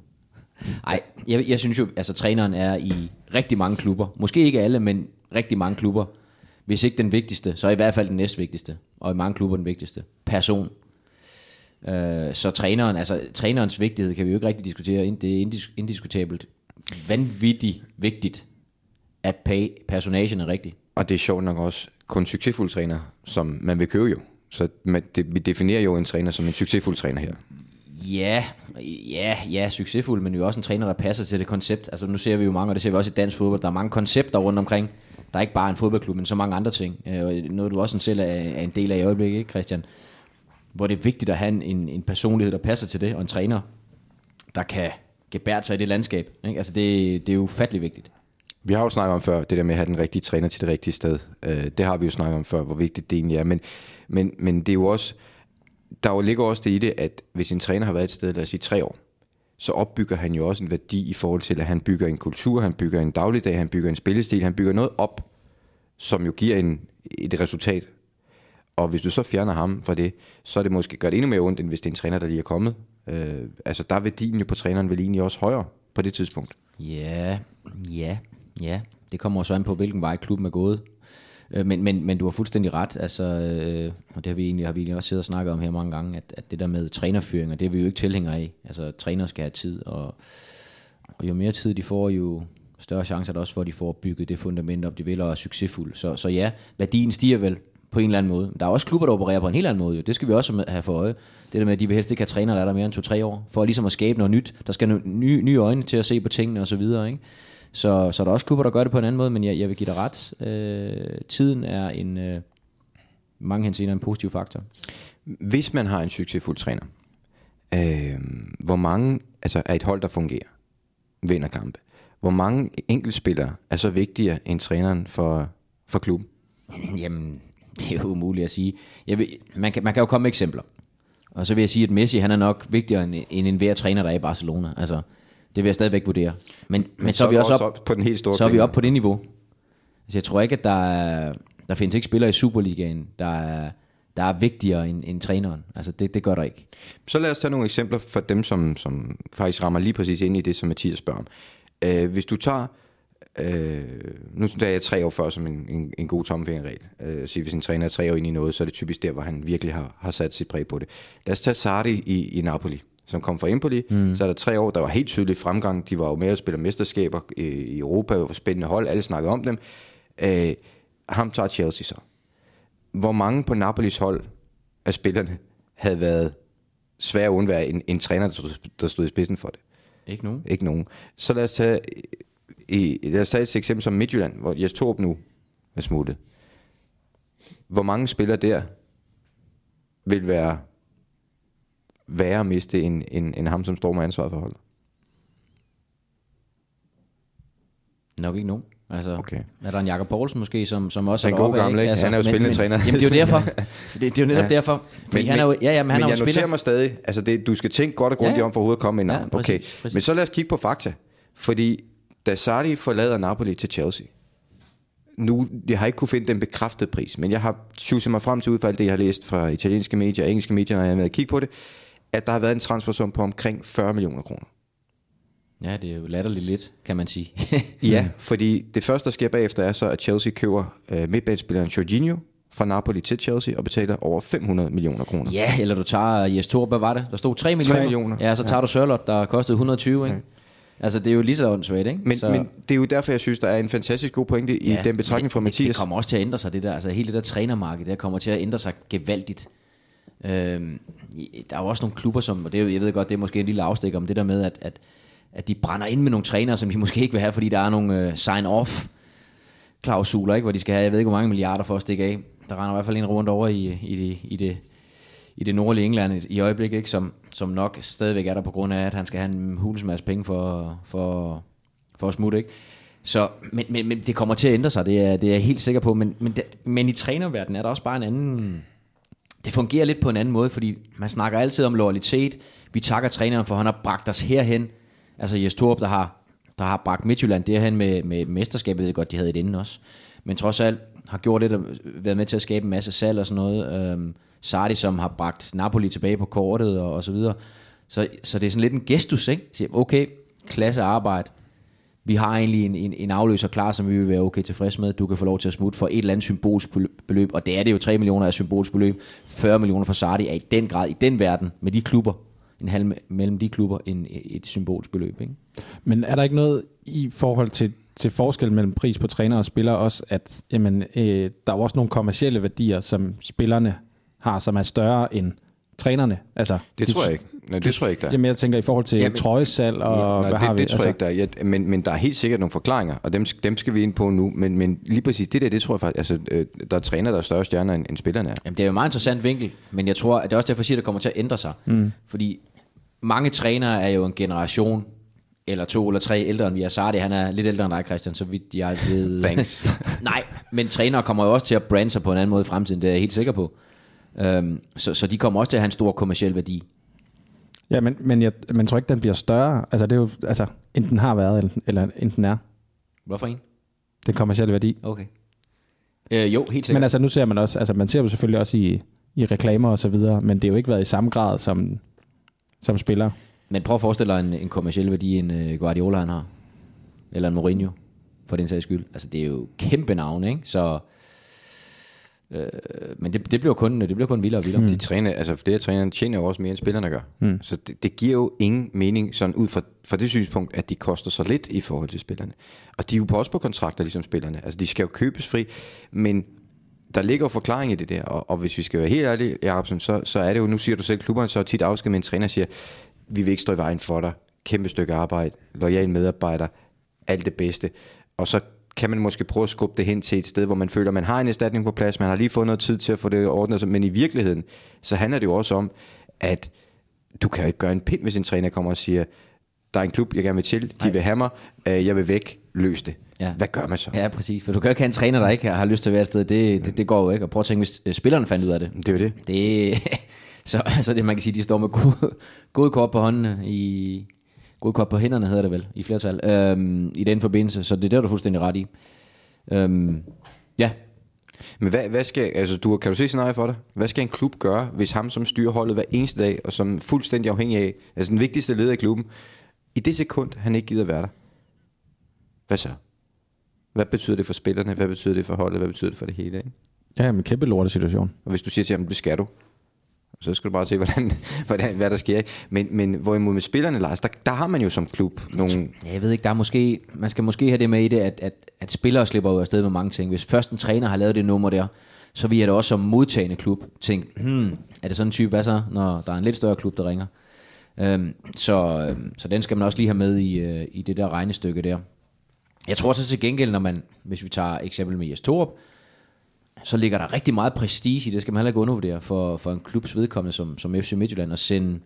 Ej, jeg, jeg synes jo, altså træneren er i rigtig mange klubber. Måske ikke alle, men rigtig mange klubber. Hvis ikke den vigtigste, så i hvert fald den næstvigtigste. Og i mange klubber den vigtigste. Person. Øh, så træneren, altså trænerens vigtighed kan vi jo ikke rigtig diskutere. Ind- Det er indis- indiskutabelt vanvittigt vigtigt, at pay- personagen er rigtig. Og det er sjovt nok også kun succesfulde træner, som man vil købe jo. Så man, det, vi definerer jo en træner som en succesfuld træner her. Ja, ja, ja, succesfuld, men jo også en træner, der passer til det koncept. Altså nu ser vi jo mange, og det ser vi også i dansk fodbold, der er mange koncepter rundt omkring. Der er ikke bare en fodboldklub, men så mange andre ting. Øh, og Noget du også sådan selv er, er en del af i øjeblikket, ikke Christian? Hvor det er vigtigt at have en, en, en personlighed, der passer til det, og en træner, der kan gebære sig i det landskab. Ikke? Altså det, det er jo ufattelig vigtigt. Vi har jo snakket om før, det der med at have den rigtige træner til det rigtige sted. Øh, det har vi jo snakket om før, hvor vigtigt det egentlig er. Men, men, men det er jo også, der jo ligger også det i det, at hvis en træner har været et sted, lad os sige tre år, så opbygger han jo også en værdi i forhold til, at han bygger en kultur, han bygger en dagligdag, han bygger en spillestil, han bygger noget op, som jo giver en, et resultat. Og hvis du så fjerner ham fra det, så er det måske gør det endnu mere ondt, end hvis det er en træner, der lige er kommet. Øh, altså der er værdien jo på træneren vel egentlig også højere på det tidspunkt. Ja, ja, ja. Det kommer også an på, hvilken vej klubben er gået. Øh, Men, men, men du har fuldstændig ret, altså, øh, og det har vi, egentlig, har vi egentlig også siddet og snakket om her mange gange, at, at det der med trænerføringer, det er vi jo ikke tilhængere af. Altså, træner skal have tid, og, og jo mere tid de får, jo større chancer er der også for, at de får bygget det fundament op, de vil, og er succesfulde. Så, så ja, værdien stiger vel på en eller anden måde. Der er også klubber, der opererer på en helt anden måde. Jo. Det skal vi også have for øje. Det der med, at de vil helst ikke have trænere, der er der mere end to-tre år, for ligesom at skabe noget nyt. Der skal nogle nye, nye øjne til at se på tingene osv. Ikke? Så, så er der også klubber, der gør det på en anden måde, men jeg, jeg vil give dig ret. Øh, tiden er en, øh, i mange hensener en positiv faktor. Hvis man har en succesfuld træner, øh, hvor mange altså er et hold, der fungerer, vinder kampe? Hvor mange enkeltspillere er så vigtigere end træneren for, for klubben? Jamen, det er jo umuligt at sige. Jeg vil, man, kan, man kan jo komme med eksempler. Og så vil jeg sige, at Messi han er nok vigtigere end, end enhver træner, der er i Barcelona. Altså, det vil jeg stadigvæk vurdere. Men, men, men så, er vi også op, på den helt store så er vi klinge. op på det niveau. Altså, jeg tror ikke, at der, er, der findes ikke spillere i Superligaen, der er, der er vigtigere end, end træneren. Altså, det, det gør der ikke. Så lad os tage nogle eksempler for dem, som, som faktisk rammer lige præcis ind i det, som Mathias spørger om. Øh, hvis du tager, øh, nu tager jeg tre år før som en, en, en god tommelfingerregel. Øh, så hvis en træner er tre år ind i noget, så er det typisk der, hvor han virkelig har, har sat sit præg på det. Lad os tage Sardi i, i Napoli som kom fra Empoli, mm. så er der tre år, der var helt tydelig fremgang. De var jo med og spille mesterskaber øh, i Europa, det var spændende hold, alle snakkede om dem. Øh, ham tager Chelsea så. Hvor mange på Napolis hold af spillerne havde været svært at undvære en, en træner, der stod, der stod i spidsen for det. Ikke nogen? Ikke nogen. Så lad os tage, i, lad os tage et eksempel som Midtjylland, hvor Jes Torp nu er smuttet. Hvor mange spillere der vil være værre at miste end, end, end ham, som står med ansvaret for holdet? Nok ikke nogen. Altså, Okay. okay. Er der en Jakob Poulsen måske, som, som også Den er gode deroppe af, gamle, ikke? Altså, Han er jo spillende men, træner. Men, jamen, det er jo derfor. Det, det er jo netop Ja. ja. derfor. Fordi men, han er jo, ja, ja, men han men er jo jeg en spiller. noterer mig stadig, altså det, du skal tænke godt og grundigt Ja, ja. ja. om for overhovedet at komme med Ja, ja, navn. Okay. præcis, præcis. Men så lad os kigge på fakta. Fordi da Sardi forlader Napoli til Chelsea, nu, jeg har ikke kunne finde den bekræftede pris, men jeg har tjusset mig frem til ud fra alt det, jeg har læst fra italienske medier og engelske medier, når jeg har været at kigge på det, at der har været en transfersum på omkring 40 millioner kroner. Ja, det er jo latterligt lidt, kan man sige. Ja, mm. fordi det første, der sker bagefter, er så, at Chelsea køber øh, midtbanespilleren Jorginho fra Napoli til Chelsea og betaler over 500 millioner kroner. ja, eller du tager øh, Jes Thor, hvad var det? Der stod 3 millioner. millioner. Ja, så tager ja. du Sørlot, der kostede 120, ikke? Altså, det er jo lige så åndssvagt, ikke? Men, så, men det er jo derfor, jeg synes, der er en fantastisk god pointe i ja, den betragtning fra men det- Mathias. Det, det kommer også til at ændre sig, det der. Altså hele det der trænermarked, der kommer til at ændre sig gevaldigt. Øhm, i- der er jo også nogle klubber, som, og det, er jo- jeg ved godt, det er måske en lille afstikker om det der med, at, at, at de brænder ind med nogle trænere, som de måske ikke vil have, fordi der er nogle øh, sign-off klausuler, ikke, hvor de skal have, jeg ved ikke, hvor mange milliarder for at stikke af. Der render i hvert fald en rundt over i, i, det, i, det, i det nordlige England i, i øjeblikket, ikke, som, som nok stadigvæk er der på grund af, at han skal have en hulens masse penge for, for, for at smutte. Ikke? Så, men, men, men, det kommer til at ændre sig, det er, det er jeg helt sikker på. Men, men, der- men i trænerverdenen er der også bare en anden... Det fungerer lidt på en anden måde, fordi man snakker altid om loyalitet. Vi takker træneren for, at han har bragt os herhen. Altså Jes Torp, der har, der har bragt Midtjylland derhen med, med mesterskabet. Jeg ved godt, de havde et inden også. Men trods alt har gjort lidt, og været med til at skabe en masse salg og sådan noget. Øhm, Sardi, som har bragt Napoli tilbage på kortet og, og så videre. Så, så det er sådan lidt en gestus, ikke? Siger, okay, klasse arbejde vi har egentlig en, en, en afløser klar, som vi vil være okay tilfreds med. Du kan få lov til at smutte for et eller andet symbolsk beløb, og det er det jo 3 millioner af symbolsk beløb. 40 millioner for Sardi er i den grad, i den verden, med de klubber, en halv mellem de klubber, en, et symbolsk beløb. Ikke? Men er der ikke noget i forhold til, til forskel mellem pris på træner og spiller også, at jamen, øh, der er jo også nogle kommercielle værdier, som spillerne har, som er større end trænerne? Altså, Det tror jeg ikke. Nej, det tror jeg ikke, der er. Jamen, jeg tænker i forhold til jamen, Jamen- trøjesalg og Nå, hvad det, har vi? Altså- det tror jeg ikke, der er. Ja, men, men der er helt sikkert nogle forklaringer, og dem, dem skal vi ind på nu. Men, men lige præcis det der, det tror jeg faktisk, altså, øh, der er træner, der er større stjerner, end, end spillerne er. Jamen, det er jo en meget interessant vinkel, men jeg tror, at det er også derfor, jeg siger, at det kommer til at ændre sig. Mm. Fordi mange trænere er jo en generation, eller to eller tre ældre end vi er. Sardi, han er lidt ældre end dig, Christian, så vidt jeg ved. Thanks. Nej, men trænere kommer jo også til at brande sig på en anden måde i fremtiden, det er jeg helt sikker på. Øhm, så, så de kommer også til at have en stor kommersiel værdi. Ja, men, men jeg men tror ikke, den bliver større. Altså, det er jo, altså, enten har været, eller, eller enten er Hvorfor en? den kommercielle værdi. Okay. Øh, jo, helt sikkert. Men altså, nu ser man også, altså, man ser jo selvfølgelig også i, i reklamer og så videre, men det har jo ikke været i samme grad som, som spiller. Men prøv at forestille dig en, en kommersiel værdi, en øh, Guardiola han har. Eller en Mourinho, for den sags skyld. Altså, det er jo kæmpe navn, ikke? Så, øh, men det, det, bliver kun, det bliver kun vildere og vildere. De træner, altså flere af trænerne tjener jo også mere, end spillerne gør. Mm. Så det, det, giver jo ingen mening sådan ud fra, fra det synspunkt, at de koster så lidt i forhold til spillerne. Og de er jo også på kontrakter, ligesom spillerne. Altså de skal jo købes fri, men der ligger jo forklaring i det der, og, og hvis vi skal være helt ærlige, Jacobsen, så, så er det jo, nu siger du selv, klubberne så tit afsked med en træner, siger, vi vil ikke stå i vejen for dig, kæmpe stykke arbejde, lojal medarbejder, alt det bedste. Og så kan man måske prøve at skubbe det hen til et sted, hvor man føler, man har en erstatning på plads, man har lige fået noget tid til at få det ordnet, men i virkeligheden, så handler det jo også om, at du kan jo ikke gøre en pind, hvis en træner kommer og siger, der er en klub, jeg gerne vil til, de vil have mig, øh, jeg vil væk, løs det. Ja. Hvad gør man så? Ja, præcis. For du kan jo ikke have en træner, der ikke har lyst til at være et sted. Det, det, det går jo ikke. Og prøv at tænke, hvis øh, spillerne fandt ud af det. Det er jo det. Det, så, så det, man kan sige, de står med gode, gode kort på hånden øh, i... Gode kort på hænderne hedder det vel, i flertal, øhm, i den forbindelse. Så det er der, du er fuldstændig ret i. Øhm, ja, Men hvad, hvad skal, altså du, kan du se scenarie for dig? Hvad skal en klub gøre, hvis ham som styrer holdet hver eneste dag, og som er fuldstændig afhængig af, altså den vigtigste leder i klubben, i det sekund, han ikke gider være der? Hvad så? Hvad betyder det for spillerne? Hvad betyder det for holdet? Hvad betyder det for det hele? Ikke? Ja, men kæmpe lortesituation. Og hvis du siger til ham, det skal du, så skal du bare se, hvordan, hvordan, hvad der sker. ikke? Men, men hvorimod med spillerne, Lars, der, der har man jo som klub nogle... Ja, Jeg ved ikke, der er måske, man skal måske have det med i det, at, at, at spillere slipper jo afsted med mange ting. Hvis først en træner har lavet det nummer der, så vil jeg da også som modtagende klub tænke, hmm, er det sådan en type, hvad så, når der er en lidt større klub, der ringer? Øhm, så, øhm, så den skal man også lige have med i, øh, i det der regnestykke der. Jeg tror så til gengæld, når man, hvis vi tager eksempel med Jes Torup, så ligger der rigtig meget prestige i, det skal man heller ikke undervurdere, for, for en klubs vedkommende som, som FC Midtjylland, at sende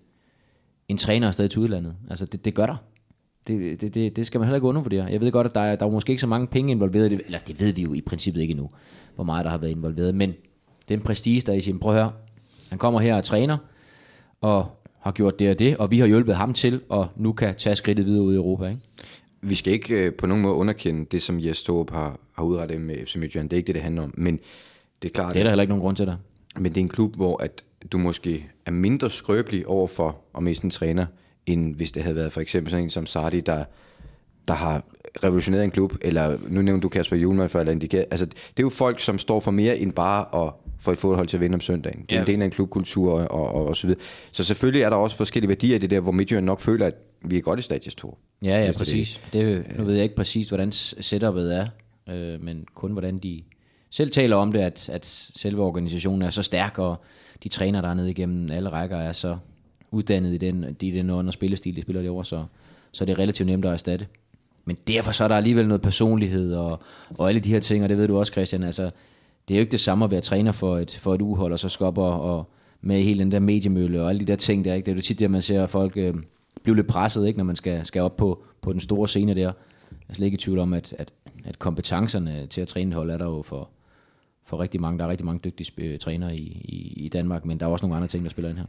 en træner afsted til udlandet. Altså, det, det gør der. Det, det, det, det skal man heller ikke undervurdere. Jeg ved godt, at der er, der er måske ikke så mange penge involveret i det, eller det ved vi jo i princippet ikke endnu, hvor meget der har været involveret, men den prestige, der er i sin, prøv at høre, han kommer her og træner, og har gjort det og det, og vi har hjulpet ham til, og nu kan tage skridtet videre ud i Europa, ikke? vi skal ikke øh, på nogen måde underkende det, som Jes Torp har, har udrettet med FC Midtjylland. Det er ikke det, det handler om. Men det er klart, Det er der heller ikke nogen grund til der. Men det er en klub, hvor at du måske er mindre skrøbelig over for at miste en træner, end hvis det havde været for eksempel sådan en som Sardi, der, der har revolutioneret en klub, eller nu nævnte du Kasper Julemand før, eller indikeret. Altså, det er jo folk, som står for mere end bare at få et fodhold til at vinde om søndagen. Det er en Ja. del af en klubkultur og, og, og, og så videre. Så selvfølgelig er der også forskellige værdier i det der, hvor Midtjylland nok føler, at vi er godt i status 2. Ja, ja, præcis. Det, nu ved jeg ikke præcis, hvordan s- setupet er, øh, men kun hvordan de selv taler om det, at, at selve organisationen er så stærk, og de træner dernede igennem alle rækker er så uddannet i den, i den ånd og spillestil, de spiller derovre, så, så det er relativt nemt at erstatte. Men derfor så er der alligevel noget personlighed og, og alle de her ting, og det ved du også, Christian. Altså, det er jo ikke det samme at være træner for et, for et uhold, og så skubber og med hele den der mediemølle og alle de der ting der. Ikke? Det er jo tit der, man ser folk øh, blive lidt presset, ikke? når man skal, skal op på, på den store scene der. Jeg er slet ikke i tvivl om, at, at, at kompetencerne til at træne et hold er der jo for, for rigtig mange. Der er rigtig mange dygtige sp- øh, trænere i, i, i Danmark, men der er også nogle andre ting, der spiller ind her.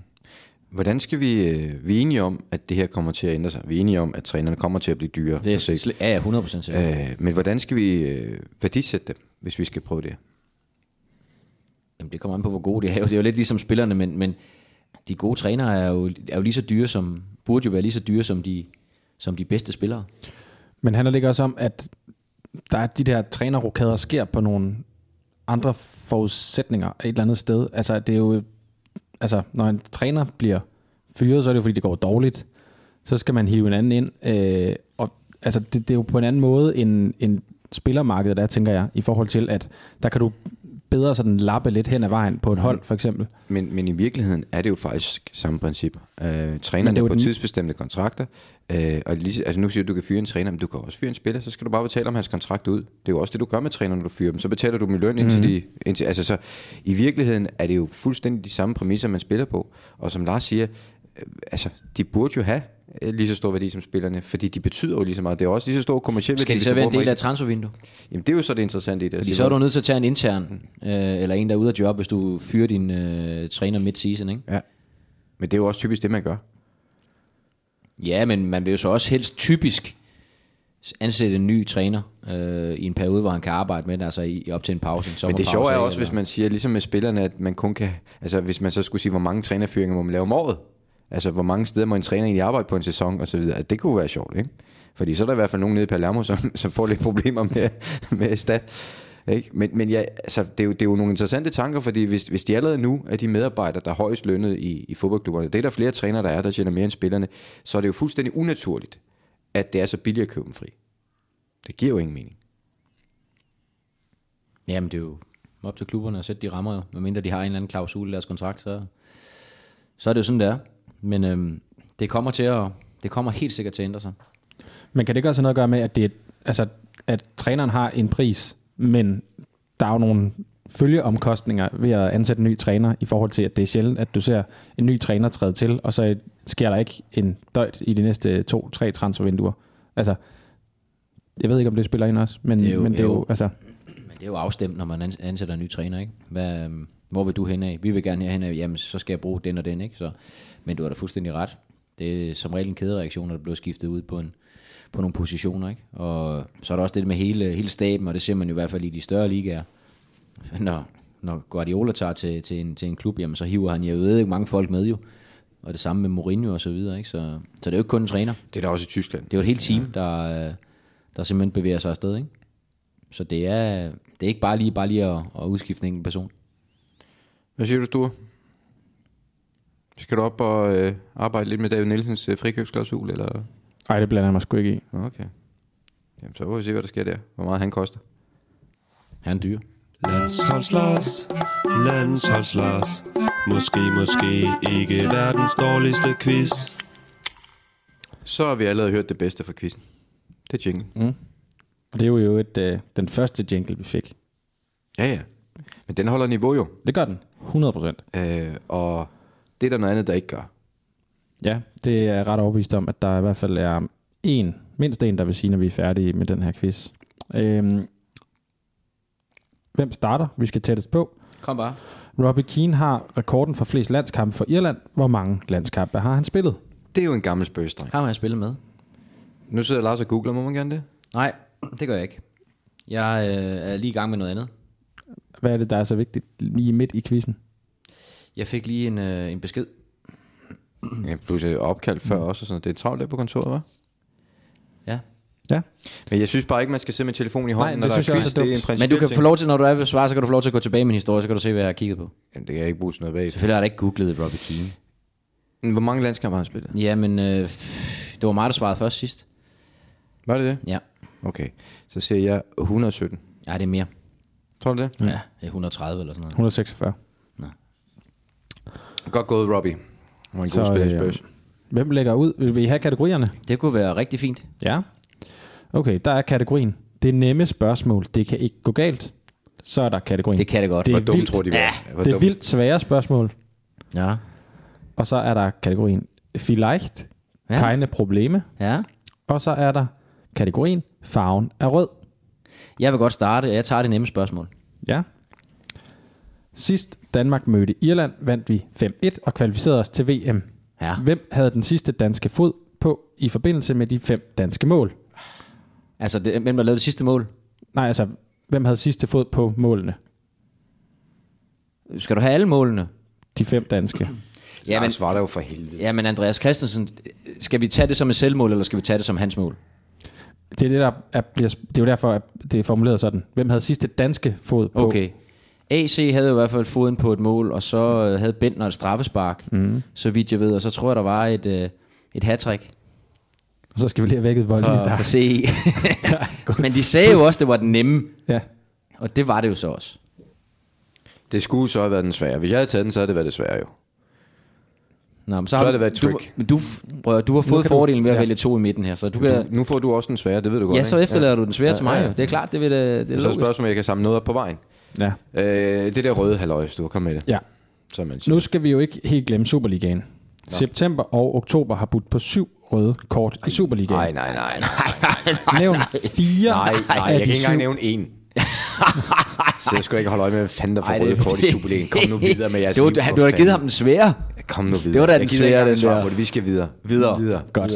Hvordan skal vi, øh, vi er enige om, at det her kommer til at ændre sig? Vi er enige om, at trænerne kommer til at blive dyrere. Det er på sigt. slet, ja, ja, 100% sikkert. Øh, men hvordan skal vi øh, værdisætte dem, hvis vi skal prøve det? Jamen, det kommer an på, hvor gode de er. Det er jo lidt ligesom spillerne, men, men de gode trænere er jo, er jo lige så dyre som, burde jo være lige så dyre som de, som de bedste spillere. Men handler det ikke også om, at der er de der trænerrokader sker på nogle andre forudsætninger et eller andet sted? Altså, det er jo, altså når en træner bliver fyret, så er det jo, fordi det går dårligt. Så skal man hive en anden ind. Øh, og altså, det, det, er jo på en anden måde end, end spillermarkedet der, tænker jeg, i forhold til, at der kan du bedre sådan lappe lidt hen ad vejen på et hold, for eksempel. Men, men i virkeligheden er det jo faktisk samme princip. Øh, trænerne det er jo på den- tidsbestemte kontrakter, øh, og lige, altså nu siger du, du kan fyre en træner, men du kan også fyre en spiller, så skal du bare betale om hans kontrakt ud. Det er jo også det, du gør med trænerne, når du fyrer dem. Så betaler du dem i løn indtil Mhm. mm. de... Indtil, altså så, i virkeligheden er det jo fuldstændig de samme præmisser, man spiller på. Og som Lars siger, øh, altså, de burde jo have øh, lige så stor værdi som spillerne, fordi de betyder jo lige så meget. Det er også lige så stor kommerciel værdi. Skal de hvis så du være en bruger del dem af transfervinduet? rigtig- Jamen, det er jo så det interessante i det. at Fordi sige, så er du hvor- nødt til at tage en intern, øh, eller en, der er ude af job, hvis du fyrer din øh, træner midt-season, ikke? Ja. Men det er jo også typisk det, man gør. Ja, men man vil jo så også helst typisk ansætte en ny træner øh, i en periode, hvor han kan arbejde med det, altså i, op til en pause. Men En det sommerpause, sjove er ikke? også, hvis man siger, ligesom med spillerne, at man kun kan, altså hvis man så skulle sige, hvor mange trænerfyringer må man lave om året? Altså hvor mange steder må en træner egentlig arbejde på en sæson og så videre. At det kunne være sjovt, ikke? Fordi så er der i hvert fald nogen nede i Palermo, som, som får lidt problemer med, med stat. Ikke? Men, men ja, altså, det, er jo, det er jo nogle interessante tanker, fordi hvis, hvis de allerede nu er de medarbejdere, der er højst lønnet i, i fodboldklubberne, det er der flere trænere, der er, der tjener mere end spillerne, så er det jo fuldstændig unaturligt, at det er så billigt at købe dem fri. Det giver jo ingen mening. Jamen, det er jo op til klubberne at sætte de rammer, jo. medmindre de har en eller anden klausul i deres kontrakt, så, så er det jo sådan, det er. Men øhm, det kommer til at, det kommer helt sikkert til at ændre sig. Men kan det ikke også have noget at gøre med, at, det, altså, at træneren har en pris, men der er jo nogle følgeomkostninger ved at ansætte en ny træner, i forhold til, at det er sjældent, at du ser en ny træner træde til, og så sker der ikke en døjt i de næste to-tre transfervinduer. Altså, jeg ved ikke, om det spiller ind også, men Det det er er jo- men det er jo. jo altså, Men det er jo afstemt, når man ans- ansætter en ny træner, ikke? Hvad, øhm, hvor vil du hen af? Vi vil gerne herhen af. Jamen, så skal jeg bruge den og den, ikke? Så, men du har da fuldstændig ret. Det er som regel en kædereaktion, når der bliver skiftet ud på, en, på nogle positioner, ikke? Og så er der også det med hele, hele staben, og det ser man jo i hvert fald i de større ligaer. Når, når Guardiola tager til, til, en, til en klub, jamen, så hiver han jo jeg ved ikke mange folk med jo. Og det samme med Mourinho og så videre, ikke? Så, så det er jo ikke kun en træner. Det er der også i Tyskland. Det er jo et helt team, der, øh, der simpelthen bevæger sig afsted, ikke? Så det er, det er ikke bare lige, bare lige at, at udskifte en enkelt person. Hvad siger du, Sture? Skal du op og øh, arbejde lidt med David Nielsens øh, frikøbsklausul, eller? ej, det blander jeg mig sgu ikke i. Nå, Okay. Jamen, så må vi se, hvad der sker der. Hvor meget han koster. Han er dyr. Landsholdslars, landsholdslars Måske, måske ikke verdens dårligste quiz Så har vi allerede hørt det bedste fra quizzen. Det er jingle. Og det er jo et, øh, den første jingle, vi fik. Ja, ja. Men den holder niveau jo. Det gør den, 100%. Øh, og det er der noget andet, der ikke gør. Ja, det er jeg ret overbevist om, at der i hvert fald er en, mindst en, der vil sige, når vi er færdige med den her quiz. Øhm, hvem starter? Vi skal tættest på. Kom bare. Robbie Keane har rekorden for flest landskampe for Irland. Hvor mange landskampe har han spillet? Det er jo en gammel spøgstreng. Ham har jeg spillet med. Nu sidder Lars og googler, må man gerne det? Nej, det gør jeg ikke. Jeg øh, er lige i gang med noget andet. Hvad er det, der er så vigtigt lige midt i quizzen? Jeg fik lige en, øh, en besked. Ja, pludselig opkald før også og sådan noget. Det er travlt der på kontoret, hva'? Ja. Ja, Men jeg synes bare ikke, man skal sidde med telefonen i hånden, det når der synes jeg er quiz. også er det er dumt. en principiel Men du kan ting. få lov til, når du er ved at svare, så kan du få lov til at gå tilbage i min historie, så kan du se, hvad jeg har kigget på. Jamen, det kan jeg ikke bruge sådan noget bag. Selvfølgelig har jeg da ikke googlet Robbie Keane. Hvor mange landskampe har han spillet? Ja, men øh, det var mig, der svarede først sidst. Var det det? Ja. Okay, så siger jeg 117. Nej, det er mere. Tror du det? Ja, det er 130 eller sådan noget. 146. Godt gået, Robbie. Han var en god Så, spiller i øh, Spurs. Hvem lægger ud? Vil vil I have kategorierne? Det kunne være rigtig fint. Ja. Okay, der er kategorien. Det er nemme spørgsmål. Det kan ikke gå galt. Så er der kategorien. Det kan det godt. Det Hvor er dumme vildt. tror de var. Ja, Hvor det er dumme. vildt svære spørgsmål. Ja. Og så er der kategorien Vielleicht, Ja. ja. keine Probleme. Ja. Og så er der kategorien Farven er rød. Jeg vil godt starte. Jeg tager det nemme spørgsmål. Ja. Sidst Danmark mødte Irland, vandt vi 5-1 og kvalificerede os til VM. Ja. Hvem havde den sidste danske fod på i forbindelse med de fem danske mål? Altså, det, hvem der lavede det sidste mål? Nej, altså, hvem havde sidste fod på målene? Skal du have alle målene? De fem danske. Ja, men, Lars var der jo for helvede. ja, men Andreas Christensen, skal vi tage det som et selvmål, eller skal vi tage det som hans mål? Det er, det, der er, bliver, det er jo derfor, at det er formuleret sådan. Hvem havde sidste danske fod på? Okay. AC havde jo i hvert fald foden på et mål, og så øh, havde Bentner et straffespark, Mhm. mm. så vidt jeg ved. Og så tror jeg, der var et, øh, et hat-trick Og så skal vi lige have vækket volden for, der. for CE. Men de sagde jo også, at det var den nemme, Ja. og det var det jo så også. Det skulle så have været den svære. Hvis jeg havde taget den, så havde det været det svære jo. Nå, men Så har har du- det været et du- trick. Men du, bror, du har fået kan du- fordelen ved at ja. vælge to i midten her, så du kan... Nu får du også den svære, det ved du godt. Ja, så ikke? efterlader ja. du den svære ja, til mig. ja, Ja, ja. Det er klart, det vil det, det er Så er det logisk. spørgsmålet, om jeg kan samle noget op på vejen. ja. Øh, det der røde halvøjs, du har kommet med det. Ja. Som man siger. Nu skal vi jo ikke helt glemme Superligaen. September og oktober har budt på syv røde kort i Superligaen. Nej, nej, nej, nej, Nævn fire nej, nej, af jeg kan de ikke engang syv. nævne en. så jeg skal ikke holde øje med, hvad fanden der får Ej, røde det- kort i Superligen. Kom nu videre med jeres det var, liv, han, for du har da givet ham fanden. den svære. Kom nu videre. Det var da Jeg den gider ikke svære, engang den svare der. på det. Vi skal videre. Videre. videre. Godt.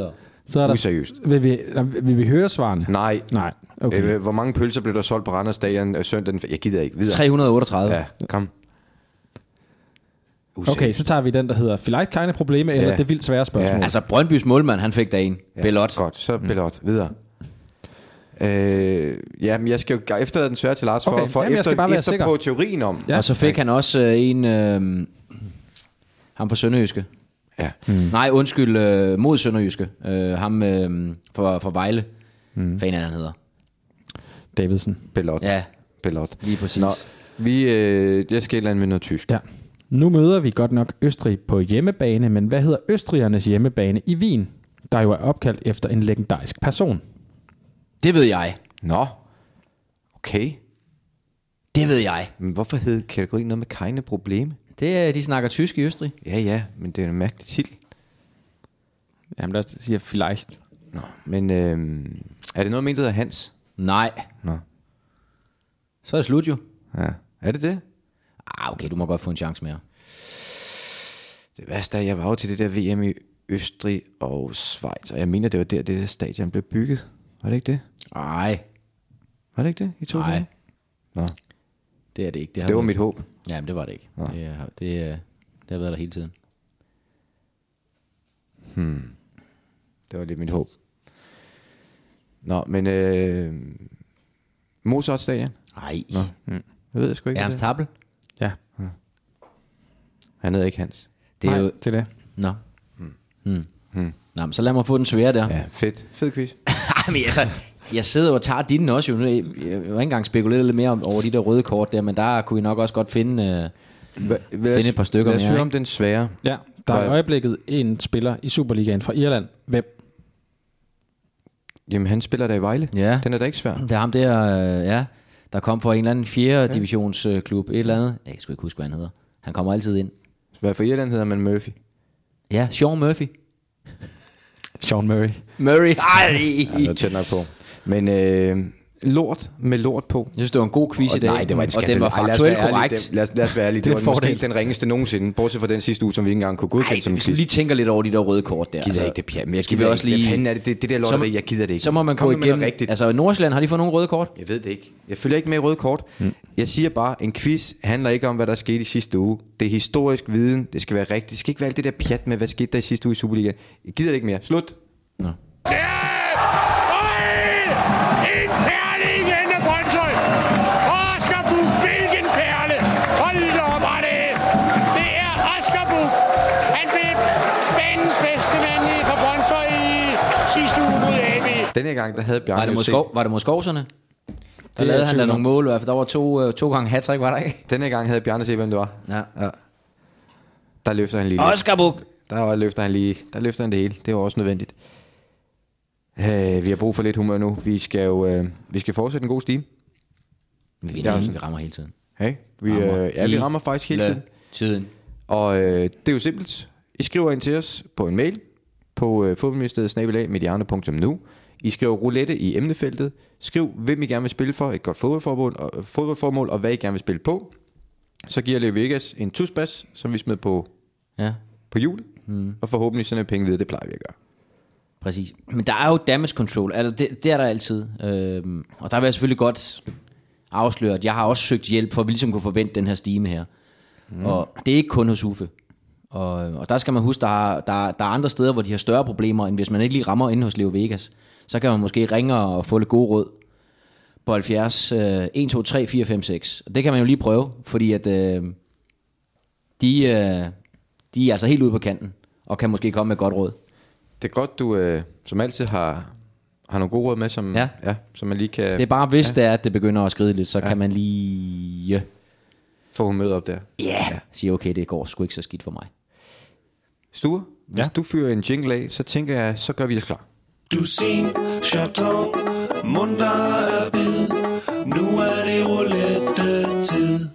Så er der, Useriøst. Vil vi, nå, vil vi høre svarene? Nej. Nej, okay. Okay. Øh, hvor mange pølser blev der solgt på Randers Stadion øh, søndag? den f- Jeg gider ikke. Videre. 338. Ja, kom. Useriøst. Okay, så tager vi den, der hedder Vielleicht keine Probleme, eller Ja. det vildt svære spørgsmål. Ja. Ja. Altså, Brøndbys målmand, han fik da en. Ja. Bellot. Godt, så Mm. Bellot. Videre. Øh, ja, men jeg skal jo efterlade den svære til Lars for, Okay, for jamen, jeg efter, skal bare være efter sikker. på teorien om. Ja. Ja. Og så fik han også øh, en... Øh, ham fra Sønderjyske. ja. Mm. Nej, undskyld, øh, mod Sønderjyske. Øh, ham øh, fra, fra Vejle. Mm. Fan, han hedder. Davidsen. Bellot. Ja, Bellot. lige præcis. Nå, vi, øh, jeg skal et eller andet med noget tysk. Ja. Nu møder vi godt nok Østrig på hjemmebane, men hvad hedder østrigernes hjemmebane i Wien, der jo er opkaldt efter en legendarisk person? Det ved jeg. Nå, okay. Det ved jeg. Men hvorfor hed kategorien noget med keine probleme? Det, er- de snakker tysk i Østrig. Ja, ja, men det er en mærkelig titel. Jamen, der siger vielleicht. Nå, men øh, er det noget med en, der hedder Hans? Nej. Nå. Så er det slut jo. Ja. Er det det? Ah, okay, du må godt få en chance mere. Det værste er, jeg var jo til det der VM i Østrig og Schweiz, og jeg mener, det var der, det der stadion blev bygget. Var det ikke det? Nej, Var det ikke det i 2000? Nej. Nå, det er det ikke. har det var vi- mit håb. Jamen, det var det ikke. Det, har- det, øh, det har været der hele tiden. Det var lidt mit håb. Nå, men øh, Mozart stadion. Nej. Jeg ved jeg sgu ikke. hvad Ernst det Happel? Ja, er. Han hedder ikke Hans. Det er nej, jo... til det. Nå. Hmm. Hmm. Nå, men så lad mig få den svære der. Ja. Ja, fedt. Fed quiz. men altså, jeg sidder og tager din også jo. Nu, jeg, jeg har ikke engang spekuleret lidt mere om, over de der røde kort der, men der kunne vi nok også godt finde... Øh, Finde et par stykker mere. Lad os mere, høre ikke? om den svære. Ja, der er i Nej. øjeblikket en spiller i Superligaen fra Irland. Hvem? Jamen, han spiller der i Vejle. Ja. Den er da ikke svær. det er ham der, øh, ja, der kom fra en eller anden 4. Ja. divisionsklub, et eller andet. Jeg kan sgu ikke huske, hvad han hedder. Han kommer altid ind. Hvad for Irland hedder man Murphy. Ja, Sean Murphy. Sean Murray. Murray. Ej. Ja, det var tæt nok på. Men øh, lort med lort på. Jeg synes, det var en god quiz i dag. Nej, det var en Og den var skandal. Ej, lad os faktuelt være ærlige. korrekt. Den- Lad os, lad os være ærlige. Det, Det er var en måske fordel. den ringeste nogensinde, bortset fra den sidste uge, som vi ikke engang kunne godkende Ej, som hvis du quiz. lige tænker lidt over de der røde kort der. altså, Jeg gider ikke det pjat, men jeg skal vi gider også ikke. lige- Hvad fanden er det? Det, det der Så må- lotteri, jeg gider det ikke. Så må man Kom gå nu med noget igennem. rigtigt. Altså, i Nordsjælland har de fået nogle røde kort? Jeg ved det ikke. Jeg følger ikke med i røde kort. Mm. Jeg siger bare, en quiz handler ikke om, hvad der skete i sidste uge. Det er historisk viden. Det skal være rigtigt. Det skal ikke være alt det der pjat med, hvad skete der i sidste uge i Superligaen. Jeg gider det ikke mere. Slut. Øj! En perle igen af Brøndshøj. Oscar Buk, hvilken perle. Hold da op, var det. Det er Oscar Buk. Han blev banens bedste mand i- for Brøndshøj i sidste uge mod AB. Denne gang, der havde Bjarne Var det jo mod, set- skov, var det mod skovserne? Der jeg lavede han i da tvivl nogle om. mål, i hvert fald. Der var to, øh, to gange hat var der ikke? Denne gang havde Bjarne set, hvem det var. Ja. ja. Der løfter han lige. lidt. Oscar Buk. Der løfter han lige. Der løfter han det hele. Det var også nødvendigt. Øh, vi har brug for lidt humør nu. Vi skal jo øh, vi skal fortsætte en god stime. Vi, Jørgensen. vinder, vi rammer hele tiden. Hey, vi, øh, ja, vi Hele rammer faktisk hele la- tiden. Tiden. Og øh, det er jo simpelt. I skriver ind til os på en mail på øh, fodboldministeriet-mediano.nu. I skriver roulette i emnefeltet. Skriv, hvem I gerne vil spille for, et godt fodboldformål og, fodboldformål, og hvad I gerne vil spille på. Så giver Leo Vegas en tusbas, som vi smed på, Ja, på jul. Mm. Og forhåbentlig sender penge videre, det plejer vi at gøre. præcis. Men der er jo damage control. Altså, det, det er der altid. Øhm, og der vil jeg selvfølgelig godt afsløre, at jeg har også søgt hjælp for, at vi ligesom kunne forvente den her stime her. Mm. Og det er ikke kun hos Uffe. Og, og der skal man huske, der er, der, er- der er andre steder, hvor de har større problemer, end hvis man ikke lige rammer inde hos Leo Vegas. så kan man måske ringe og få lidt gode råd på 70 øh, 1, 2, 3, 4, 5, 6. Og det kan man jo lige prøve, fordi at øh, de, øh, de er altså helt ude på kanten, og kan måske komme med et godt råd. Det er godt, du øh, som altid har, har nogle gode råd med, som, Ja. Ja, som man lige kan Det er bare, hvis ja. det er, at det begynder at skride lidt, så ja. kan man lige... få humøret op der. Ja, yeah. sige, okay, det går sgu ikke så skidt for mig. Stue, hvis du fyrer en jingle af, så tænker jeg, så gør vi os klar. Dusin, chaton, munter er bid. Nu er det roulette-tid.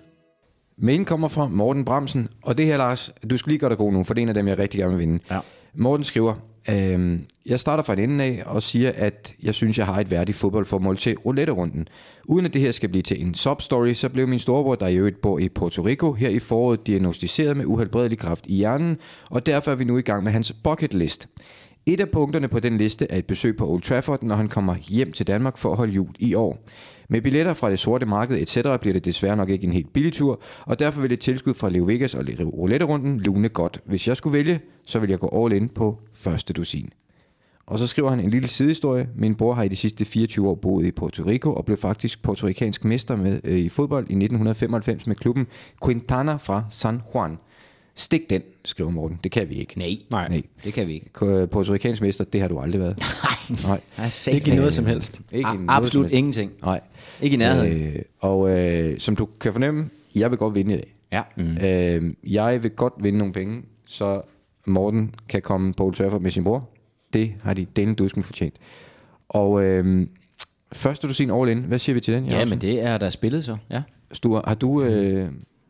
Mailen kommer fra Morten Bramsen, og det her, Lars, du skal lige gøre dig god nu, for det er en af dem, jeg rigtig gerne vil vinde. Ja. Morten skriver, øhm, jeg starter fra en ende af og siger, at jeg synes, jeg har et værdigt fodboldformål til roulette-runden. Uden at det her skal blive til en substory, så blev min storebror, der i øvrigt bor i Puerto Rico, her i foråret diagnostiseret med uhelbredelig kræft i hjernen, og derfor er vi nu i gang med hans bucket list. Et af punkterne på den liste er et besøg på Old Trafford, når han kommer hjem til Danmark for at holde jul i år. Med billetter fra det sorte marked etc. bliver det desværre nok ikke en helt billig tur, og derfor vil et tilskud fra Leo Vegas og roulette-runden lune godt. Hvis jeg skulle vælge, så vil jeg gå all in på første dusin. Og så skriver han en lille sidehistorie. Min bror har i de sidste 24 år boet i Puerto Rico og blev faktisk portorikansk mester med, øh, i fodbold i 1995 med klubben Quintana fra San Juan. Stik den, skriver Morten. Det kan vi ikke. Nej, Nej. Nej. det kan vi ikke. Ko- Portorikansk mester, det har du aldrig været. Nej. Jeg er Ikke i noget som helst. Ikke i Ikke noget som absolut helst. ingenting. Nej. Ikke i nærheden. Øh, Øh, og øh, som du kan fornemme, jeg vil godt vinde i dag. ja. Mm. Øh, jeg vil godt vinde nogle penge, så Morten kan komme på Old Trafford med sin bror. Det har de denne dusken fortjent. Og øh, først du siger all in. Hvad siger vi til den? Ja, men Mhm. det er der spillet så. Ja. Sture, har du... Øh,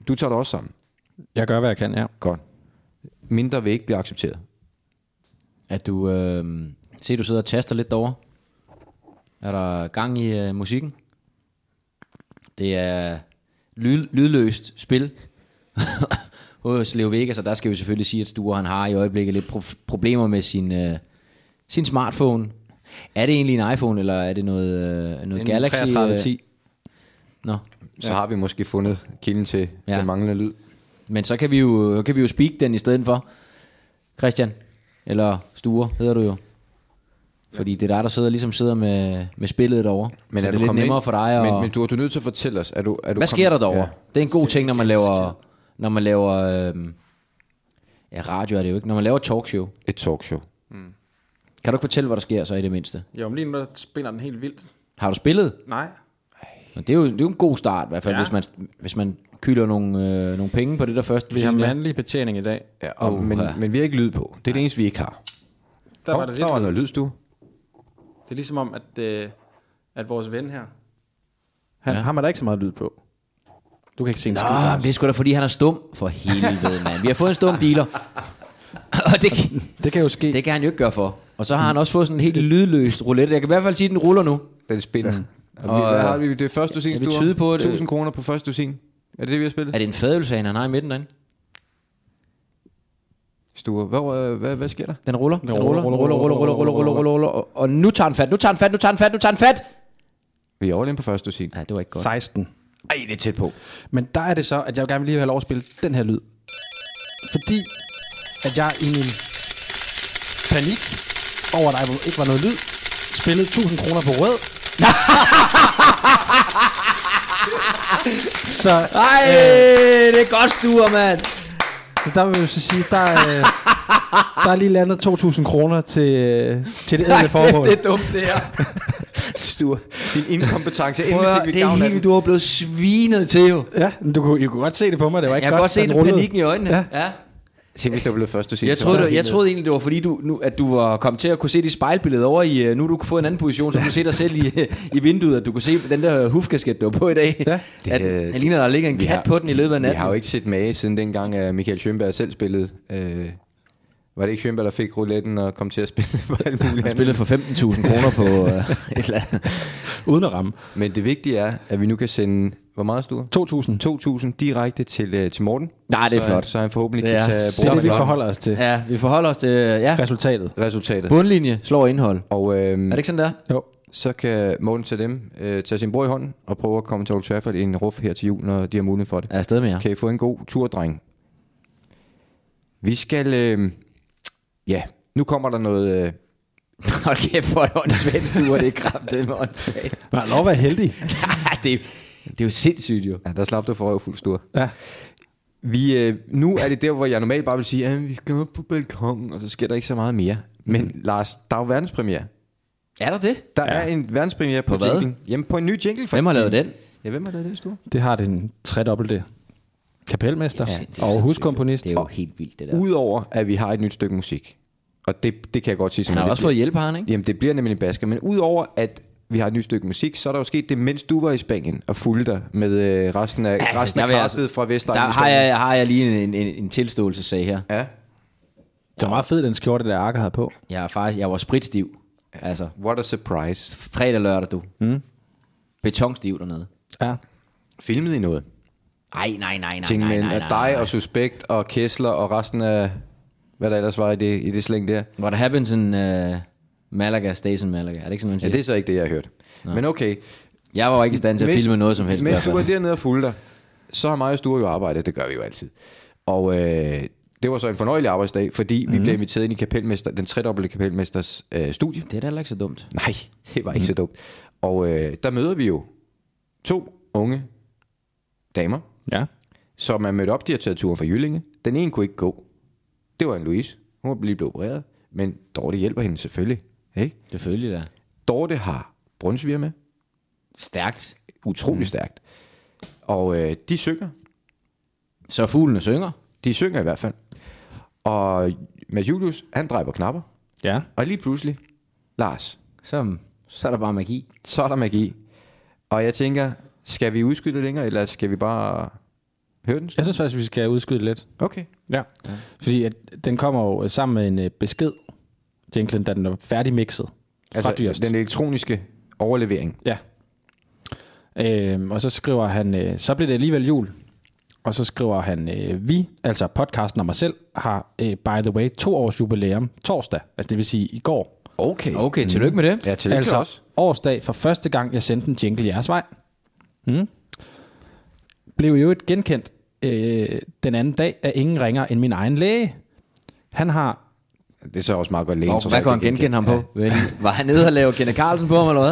du tager det også sammen. Jeg gør, hvad jeg kan, ja. Godt. Mindre vil ikke blive accepteret. At du, øh, se du sidder og taster lidt derovre. Er der gang i øh, musikken? Det er lyd, lydløst spil hos Leo Vegas, og der skal vi selvfølgelig sige, at Sture han har i øjeblikket lidt pro- problemer med sin, øh, sin smartphone. Er det egentlig en iPhone, eller er det noget, øh, noget En Galaxy? 3310. Øh, Nå. Så har vi måske fundet kilden til Ja. ja. den manglende lyd. Men så kan vi jo, kan vi jo speak den i stedet for. Christian, eller Sture hedder du jo. Fordi det er dig, der sidder, ligesom sidder med, med spillet derovre. Men så er det er lidt kommet nemmere ind? for dig. At, Men, men du, du er nødt til at fortælle os. Er du, er du hvad sker der kommet- derovre? Ja. Det er en god ting, når man laver, når man laver øhm, ja, radio er det jo ikke, når man laver talkshow. Et talkshow. Kan du ikke fortælle, hvad der sker så i det mindste? Jo, men lige nu der spænder den helt vildt. Har du spillet? Nej. Nå, Det er jo, det er jo en god start i hvert fald, ja. Ja. hvis, man, hvis man kylder nogle, øh, nogle penge på det der første. du Vi har siger. mandlig betjening i dag. Ja, og, Uha. men, men vi har ikke lyd på. Det er det eneste, vi ikke har. Der Hov, var det der var lidt. noget lydstue. Det er ligesom om, at, øh, at vores ven her... Han, ja. Ham er der ikke så meget lyd på. Du kan ikke se en skid. Ah, Lars. det er sgu da, fordi han er stum. For helvede, mand. Vi har fået en stum dealer. Og det, Det kan jo ske. det kan han jo ikke gøre for. Og så har han også fået sådan en helt lydløst roulette. Jeg kan i hvert fald sige, at den ruller nu. Den spiller. Mm. Og, Og, vi, hvad øh, har vi? Det er første dusin, jeg vil du har. tyde på, at det- 1000 kroner på første dusin. Er det det, vi har spillet? Er det en fadølsagen, han har i midten derinde? Sture, hvad, øh, hvad, hvad sker der? Den ruller, den ruller, ruller, ruller, ruller, ruller, ruller, ruller, ruller, ruller. Og- Og nu tager han fat, nu tager han fat, nu tager han fat, nu tager han fat. Vi er all in på første dusin. Nej, det var ikke godt. 16. Ej, det er tæt på. Men der er det så, at jeg gerne vil lige have lov at spille den her lyd. Fordi at jeg i min panik over, at der ikke var noget lyd, spillede 1000 kroner på rød. så Ej, det er godt stuer, mand. så der vil jeg så sige, der er, øh, der er lige landet 2000 kroner til, øh, til det ædle formål. Det er dumt, det her. Sture, din inkompetence. Prøv, Endelig at høre, fik vi det er gavn af helt, den. vildt, du er blevet svinet til jo. Ja, men du kunne, I kunne godt se det på mig, det var ikke Jeg kan godt. godt se den den rullede. panikken i øjnene. Ja. Ja. Tænk, hvis det var blevet første dusin. Jeg så troede, var det, det jeg helt troede egentlig, det var fordi, du, nu, at du var kommet til at kunne se dit spejlbillede over i... øh, Nu har du kunne få en anden position, så du kunne se dig selv i, i vinduet, at du kunne se den der hufkasket, du var på i dag. Ja, det, at, øh, det ligner, der ligger en Vi kat på den i løbet af natten. Vi har jo ikke set mage siden dengang, at Michael Schønberg selv spillede. Øh, var det ikke Schønberg, der fik rouletten og kom til at spille på alt muligt andet? spillet for 15.000 kroner på øh, et eller andet. Uden at ramme. Men det vigtige er, at vi nu kan sende, hvor meget stod 2000. 2.000 direkte til, øh, til Morten. Nej, det er så, flot. Så han forhåbentlig Det kan er tage så Det er det, vi brugeren forholder os til. Ja, vi forholder os til... øh, Ja, Resultatet. resultatet. bundlinje slår indhold. Og øhm, Er det ikke sådan der? Jo. så kan Morten tage dem, øh, tage sin bror i hånden og prøve at komme til Old Trafford i en ruf her til jul, når de har mulighed for det. Er afsted med jer. Kan I få en god tur, dreng? Vi skal... Øh, ja, nu kommer der noget... Øh, Hold kæft, hvor er det åndssvagt stuer, det er kramt, det er åndssvagt. Man har lov at være heldig. Nej, det, er- det er jo sindssygt jo. Ja, der slap du for fuld stor. Ja. Vi, øh, nu er det der, hvor jeg normalt bare vil sige, at vi skal op på balkongen, og så sker der ikke så meget mere. Men Mm. Lars, der er jo verdenspremiere. Er der det? Der ja. er en verdenspremiere på, På hvad? jinglen. Jamen på en ny jingle. Hvem har faktisk. lavet den? Ja, hvem har lavet det, Sture? Det har den tredobbelte kapelmester Ja, det er ja, og sindssygt. huskomponist. Det er jo helt vildt, det der. Udover at vi har et nyt stykke musik. Og det, det kan jeg godt sige som Han har det også bliver. fået hjælp, har han, ikke? Jamen det bliver nemlig en basker. Men udover at vi har et nyt stykke musik, så er der jo sket det, mens du var i Spanien og fulgte dig med øh, resten af, altså, resten der af vil jeg kastet fra Vestegn. Der i har Spanien. jeg, har jeg lige en, en, en tilståelsessag her. Ja. Det var meget fed, den skjorte, der Arke havde på. Jeg, er faktisk, jeg var spritstiv. Altså, What a surprise. fredag lørdag, du. Mm. Betonstiv dernede. Ja. Filmet i noget. Ej, nej, nej, nej, Ting nej, med nej, at nej, dig nej. og Suspekt og Kessler og resten af, hvad der ellers var i det, i det slæng der. What happens in uh, Malaga stays in Malaga. Er det ikke sådan, man Ja, siger? det er så ikke det, jeg har hørt. Nå. Men okay. Jeg var jo ikke i stand til at filme Altså, noget som helst. Mens derfor. du var dernede og fulgte dig, så har mig og Sture jo arbejdet. Det gør vi jo altid. Og øh, det var så en fornøjelig arbejdsdag, fordi Mhm. mm. vi blev inviteret ind i kapelmester, den tredobbelte kapelmesters øh, studie. det Mhm. er da heller ikke så dumt. Nej, det var ikke mm. så dumt. Og øh, der møder vi jo to unge damer, Ja. som er mødt op, de har taget turen fra Jyllinge. Den ene kunne ikke gå. Det var en Louise. Hun var lige blevet opereret. Men Dorte hjælper hende selvfølgelig. Ikke? Selvfølgelig da. Dorte har brunsviger med. Stærkt. Utrolig mm. stærkt. Og øh, de synger. Så fuglene synger. De synger i hvert fald. Og Mads Julius, han drejer på knapper. Ja. Og lige pludselig, Lars, Så, så er der bare magi. så er der magi. Og jeg tænker, skal vi udskyde det længere, eller skal vi bare høre den? Jeg synes faktisk, vi skal udskyde lidt. Okay. Ja. ja. Fordi at den kommer jo øh, sammen med en øh, besked, jinglen, da den er færdigmixet. Altså, fra Altså, Dyrst. den elektroniske overlevering. Ja. Øhm, og så skriver han, øh, så blev det alligevel jul. Og så skriver han, øh, vi, altså podcasten og mig selv, har øh, by the way to års jubilæum torsdag. Altså det vil sige i går. Okay. Okay, tillykke med det. Ja, tillykke altså, altså også. årsdag for første gang, jeg sendte en jingle jeres vej. Mm. Blev jo et genkendt øh, den anden dag af ingen ringer end min egen læge. Han har Det er så også meget godt lægen. Og som hvad rigtig kunne han genkende ham på? Ja. Var han nede og lave Kenneth Carlsen på ham, eller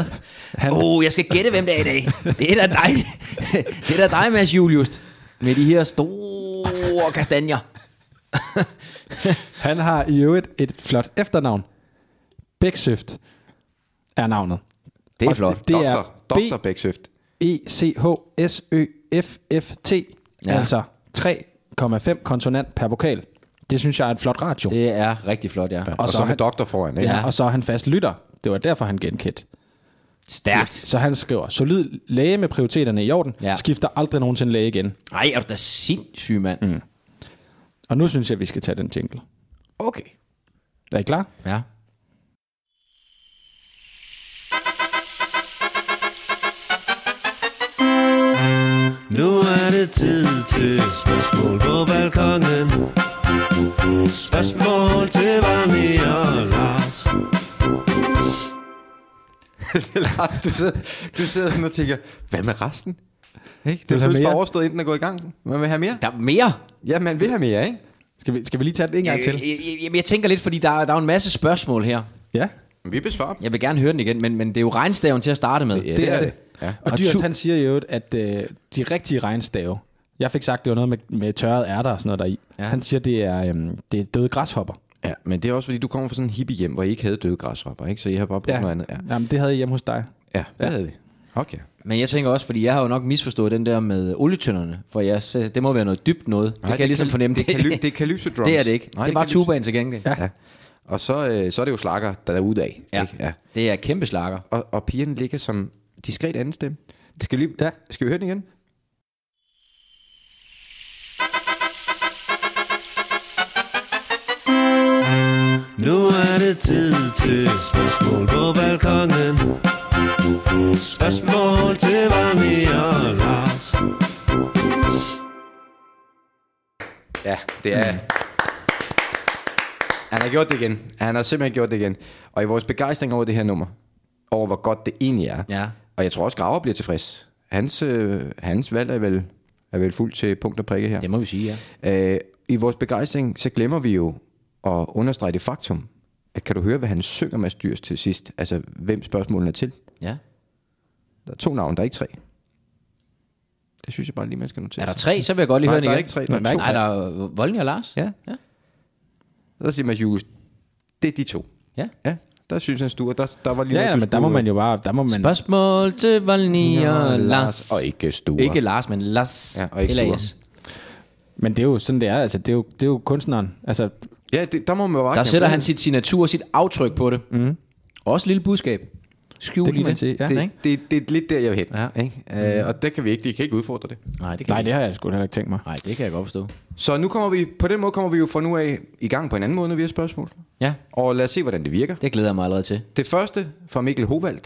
hvad? Åh, oh, jeg skal gætte, hvem det er i dag. Det er da dig. Det er da dig, Mads Julius. Med de her store kastanjer. Han har i øvrigt et flot efternavn. Bæksøft er navnet. Det er Og flot. Det, det er Doktor, doktor Bæksøft. E B-E-C-H-S-Ø-F-F-T. Ja. Ja. Altså 3,5 konsonant per vokal. Det synes jeg er et flot ratio. Det er rigtig flot, ja. Og, og så så med han- doktor foran, ikke? Ja, og så er han fast lytter. Det var derfor, han genkendt. Stærkt. Så han skriver, solid læge med prioriteterne i orden, Ja. ja. skifter aldrig nogensinde læge igen. Ej, er du da sindssyg, mand. Mm. Og nu synes jeg, vi skal tage den jingle. Okay. Er I klar? Ja. Nu er det tid til spørgsmål på balkongen. Spørgsmål til Valmi og Lars. Lars, du sidder, du sidder sådan og tænker, hvad med resten? Ikke? Det have er føles bare mere? overstået, inden der går i gang. Man vil have mere. Der er mere. Ja, man vil have mere, ikke? Skal vi, skal vi lige tage den en gang Jeg, til? jeg, Øh, jeg, jeg tænker lidt, fordi der, er- der er jo en masse spørgsmål her. Ja, Vi besvarer dem. Jeg vil gerne høre den igen, men, men det er jo regnstaven til at starte med. Ja, det er det. Ja. Og, Og og Dyrst, tu- han siger jo, at øh, de rigtige regnstave, jeg fik sagt, det var noget med, med tørrede ærter og sådan noget deri. Ja. Ja. Han siger, det er, øhm, det er døde græshopper. Ja, men det er også, fordi du kommer fra sådan en hippie hjem, hvor I ikke havde døde græsropper, ikke? Så I har bare brugt ja. noget andet. Ja, Jamen, det havde jeg hjemme hos dig. ja det havde vi. Okay. Men jeg tænker også, fordi jeg har jo nok misforstået den der med olietønderne, for jeg, sagde, det må være noget dybt noget. det kan jeg ligesom fornemme. Det, kaly, det er kalypso drums. det er det ikke. Nej, det er bare kalypso- tubaen til gengæld. Ja. Og så, øh, så er det jo slakker, der er ude af. Ja. Ikke? ja. Det er kæmpe slakker. Og, og pigerne ligger som diskret anden stemme. Skal vi, lige, ja. Ja. skal vi høre den igen? Nu er det tid til spørgsmål på balkongen. Spørgsmål til Valmi og Lars. Ja, det er... Han har gjort det igen. Han har simpelthen gjort det igen. Og i vores begejstring over det her nummer, over hvor godt det egentlig er, Ja. og jeg tror også, Graver bliver tilfreds. Hans, øh, hans valg er vel, er vel fuldt til punkt og prikke her. Det må vi sige, ja. Øh, I vores begejstring, så glemmer vi jo at understrege det faktum, at kan du høre, hvad han synger Mads Dyrs til sidst? Altså, hvem spørgsmålene er til? Ja. Der er to navne, der er ikke tre. Det synes jeg bare lige, man skal notere. Er der sig. tre, så vil jeg godt lige Nej, høre den der er igen. ikke tre, der er Nej, to. Nej, der er Volny og Lars. Ja. ja. Der siger Mads Julius, det er de to. ja. Ja, der synes han Sture, der, der var lige Ja, ja, men der må man jo bare... Der må man, Spørgsmål til Volny og Lars. Og ikke Sture. Ikke Lars, men Lars. Ja, og ikke LAS. men det er jo sådan, det er. Altså, det, er jo, det er jo kunstneren. Altså, Ja, det, der må man jo bare... Der sætter han sit signatur og sit aftryk på det. Mm. Også et lille budskab. Skjul Det kan i man sige, ja. Det, det, ikke? det, det, er lidt der, jeg vil hen. Ja. Ikke? Øh, og det kan vi ikke, de kan ikke udfordre det. Nej, det kan nej, jeg det har jeg sgu heller ikke tænkt mig. Nej, det kan jeg godt forstå. Så nu kommer vi, på den måde kommer vi jo fra nu af i gang på en anden måde, når vi har spørgsmål. Ja, Og lad os se, hvordan det virker. det glæder jeg mig allerede til. Det første fra Mikkel Hovald.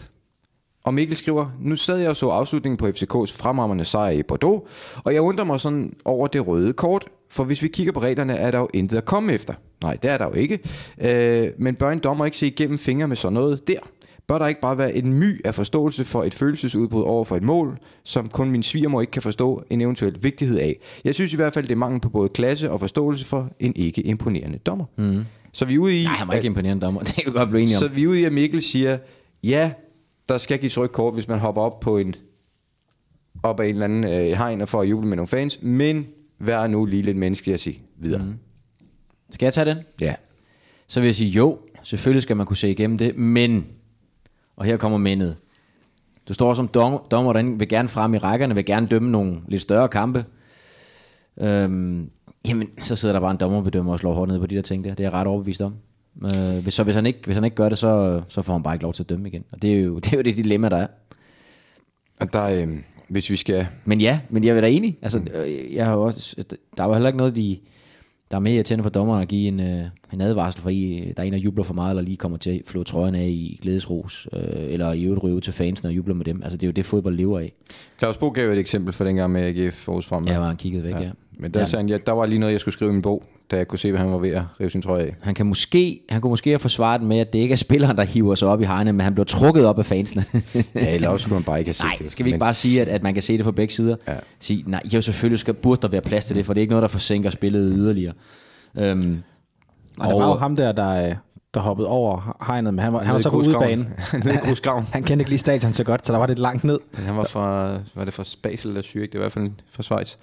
Og Mikkel skriver, nu sad jeg og så afslutningen på FCK's fremragende sejr i Bordeaux, og jeg undrer mig sådan over det røde kort, for hvis vi kigger på reglerne, er der jo intet at komme efter. Nej, det er der jo ikke. Øh, men bør en dommer ikke se igennem fingre med sådan noget der? Bør der ikke bare være en my af forståelse for et følelsesudbrud over for et mål, som kun min svigermor ikke kan forstå en eventuel vigtighed af? Jeg synes i hvert fald, det er mangel på både klasse og forståelse for en ikke imponerende dommer. Mm. Så vi er ude i... Mhm. Nej, han var ikke imponerende dommer. Det kan vi godt blive enige om. Så vi er ude i, at Mikkel siger, ja, der skal gives rødt kort, hvis man hopper op på en op af en eller anden øh, hegn og får at juble med nogle fans, men vær nu lige lidt menneskelig at sige videre. Mm. Skal jeg tage den? Ja. Så vil jeg sige, jo, selvfølgelig skal man kunne se igennem det, men, og her kommer mendet. Du står som dom, dommer, der vil gerne frem i rækkerne, vil gerne dømme nogle lidt større kampe. Øhm, jamen, så sidder der bare en dommerbedømmer og slår hårdt ned på de der ting der. Det er jeg ret overbevist om. Øh, hvis, så hvis han, ikke, hvis han ikke gør det, så, så får han bare ikke lov til at dømme igen. Og det er jo det, er jo det dilemma, der er. Og der, øh, hvis vi skal... Men ja, men jeg er da enig. Altså, øh, jeg har jo også, der var heller ikke noget, de, der er mere irriterende for dommeren at give en, øh, en advarsel, fordi øh, der er en, der jubler for meget, eller lige kommer til at flå trøjen af i glædesros, øh, eller i øvrigt ryge ud til fansen og jubler med dem. Altså, det er jo det, fodbold lever af. Claus Bo gav jo et eksempel for dengang med AGF Aarhus frem. Jeg var han kigget væk, ja. ja. Men der, ja. altså- sagde han, ja, der var lige noget, jeg skulle skrive i min bog, da jeg kunne se, hvad han var ved at rive sin trøje af. Han, kan måske, han kunne måske have forsvaret den med, at det ikke er spilleren, der hiver sig op i hegnet, men han blev trukket op af fansene. Ja, eller også kunne man bare ikke have set Nej, det. skal vi ikke Men- bare sige, at, at man kan se det på begge sider? Ja. Sige, nej, jo selvfølgelig skal, burde der være plads til det, for det er ikke noget, der forsinker spillet yderligere. Øhm, Nej, der var jo ham der, der, øh, der hoppede over hegnet, men han var, han var Nede i så på grusgraven. udebanen. Nede i grusgraven. han kendte ikke lige stadion så godt, så der var lidt langt ned. Han var fra, var det fra Basel eller Zürich, det var i hvert fald fra Schweiz.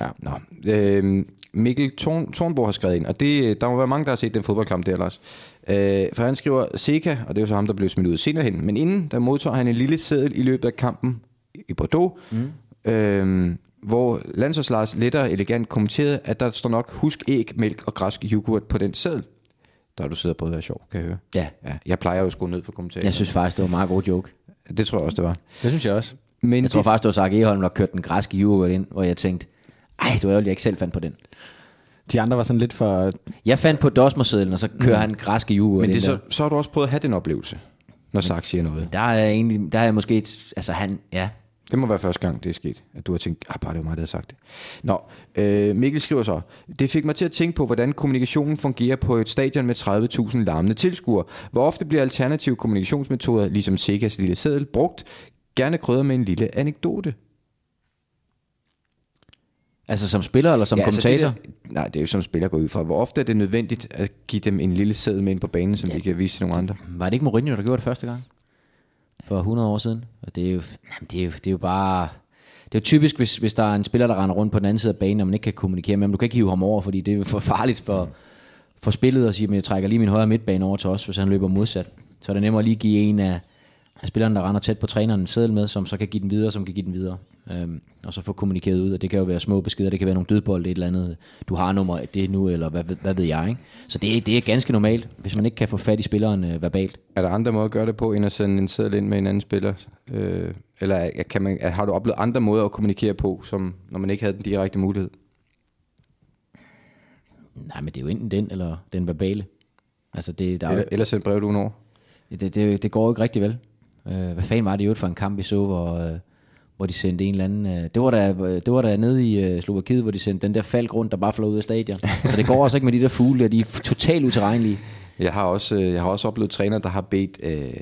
Ja. Nå. Øhm, Mikkel Torn, Tornbo har skrevet ind, og det, øh, der må være mange, der har set den fodboldkamp der, Lars. Øh, for han skriver, Seca, og det er jo så ham, der blev smidt ud senere hen, men inden, der modtog han en lille seddel i løbet af kampen i Bordeaux, mm. øhm, hvor Lansos Lars lettere elegant kommenterede, at der står nok husk æg, mælk og græsk yoghurt på den seddel. Der har du siddet og prøvet at være sjov, kan jeg høre. Ja. ja jeg plejer jo at skrue ned for kommentarer. Jeg synes faktisk, det var en meget god joke. Det tror jeg også, det var. Det synes jeg også. Men Jeg tror det- faktisk, det var Sark Eholm, der kørte den græske yoghurt ind, hvor jeg tænkte, ej, det var ærgerligt, jeg ikke selv fandt på den. De andre var sådan lidt for... Jeg fandt på Dosmersedlen, og så kører han græske yoghurt Mm. Men det ind er så, så... så har du også prøvet at have den oplevelse, når Sark siger noget. der. der. er egentlig, der er jeg måske et, altså han, ja. Det må være første gang, det er sket, at du har tænkt, ah, bare det var mig, der havde sagt det. Nå, øh, Mikkel skriver så, det fik mig til at tænke på, hvordan kommunikationen fungerer på et stadion med 30.000 larmende tilskuere. Hvor ofte bliver alternative kommunikationsmetoder, ligesom Segas lille seddel, brugt? Gerne krydder med en lille anekdote. Altså som spiller eller som ja, kommentator. Altså det der, nej, det er jo som spiller går ud fra. Hvor ofte er det nødvendigt at give dem en lille seddel med ind på banen, som ja. de kan vise til nogle andre? Var det ikke Mourinho, der gjorde det første gang? For 100 år siden. Og det er jo, jamen, det er jo, det er jo bare... Det er jo typisk, hvis, hvis der er en spiller, der render rundt på den anden side af banen, og man ikke kan kommunikere med ham. Du kan ikke hive ham over, fordi det er jo for farligt for, for spillet at sige, at jeg trækker lige min højre midtbane over til os, hvis han løber modsat. Så er det nemmere lige at give en af, af spillerne, der render tæt på træneren, en seddel med, som så kan give den videre, som kan give den videre. Øhm, og så få kommunikeret ud, og det kan jo være små beskeder, det kan være nogle dødbolde, et eller andet, du har nummer det nu, eller hvad, ved- hvad ved jeg, ikke? Så det, er- det er ganske normalt, hvis man ikke kan få fat i spilleren øh, verbalt. Er der andre måder at gøre det på, end at sende en seddel ind med en anden spiller? Øh, eller er- kan man, er- har du oplevet andre måder at kommunikere på, som, når man ikke havde den direkte mulighed? Nej, men det er jo enten den, eller den verbale. Altså, det, der er, Eller, jo- eller sende brev du over? det, det, det går jo ikke rigtig vel. Øh, hvad fanden var det i øvrigt for en kamp, vi så, hvor, øh, hvor de sendte en eller anden... Øh, det, var der, det var der nede i øh, Slovakiet, hvor de sendte den der falk rundt, der bare flår ud af stadion. Så det går også ikke med de der fugle, der de er f- totalt utilregnelige. Jeg har også, øh, jeg har også oplevet trænere, der har bedt øh,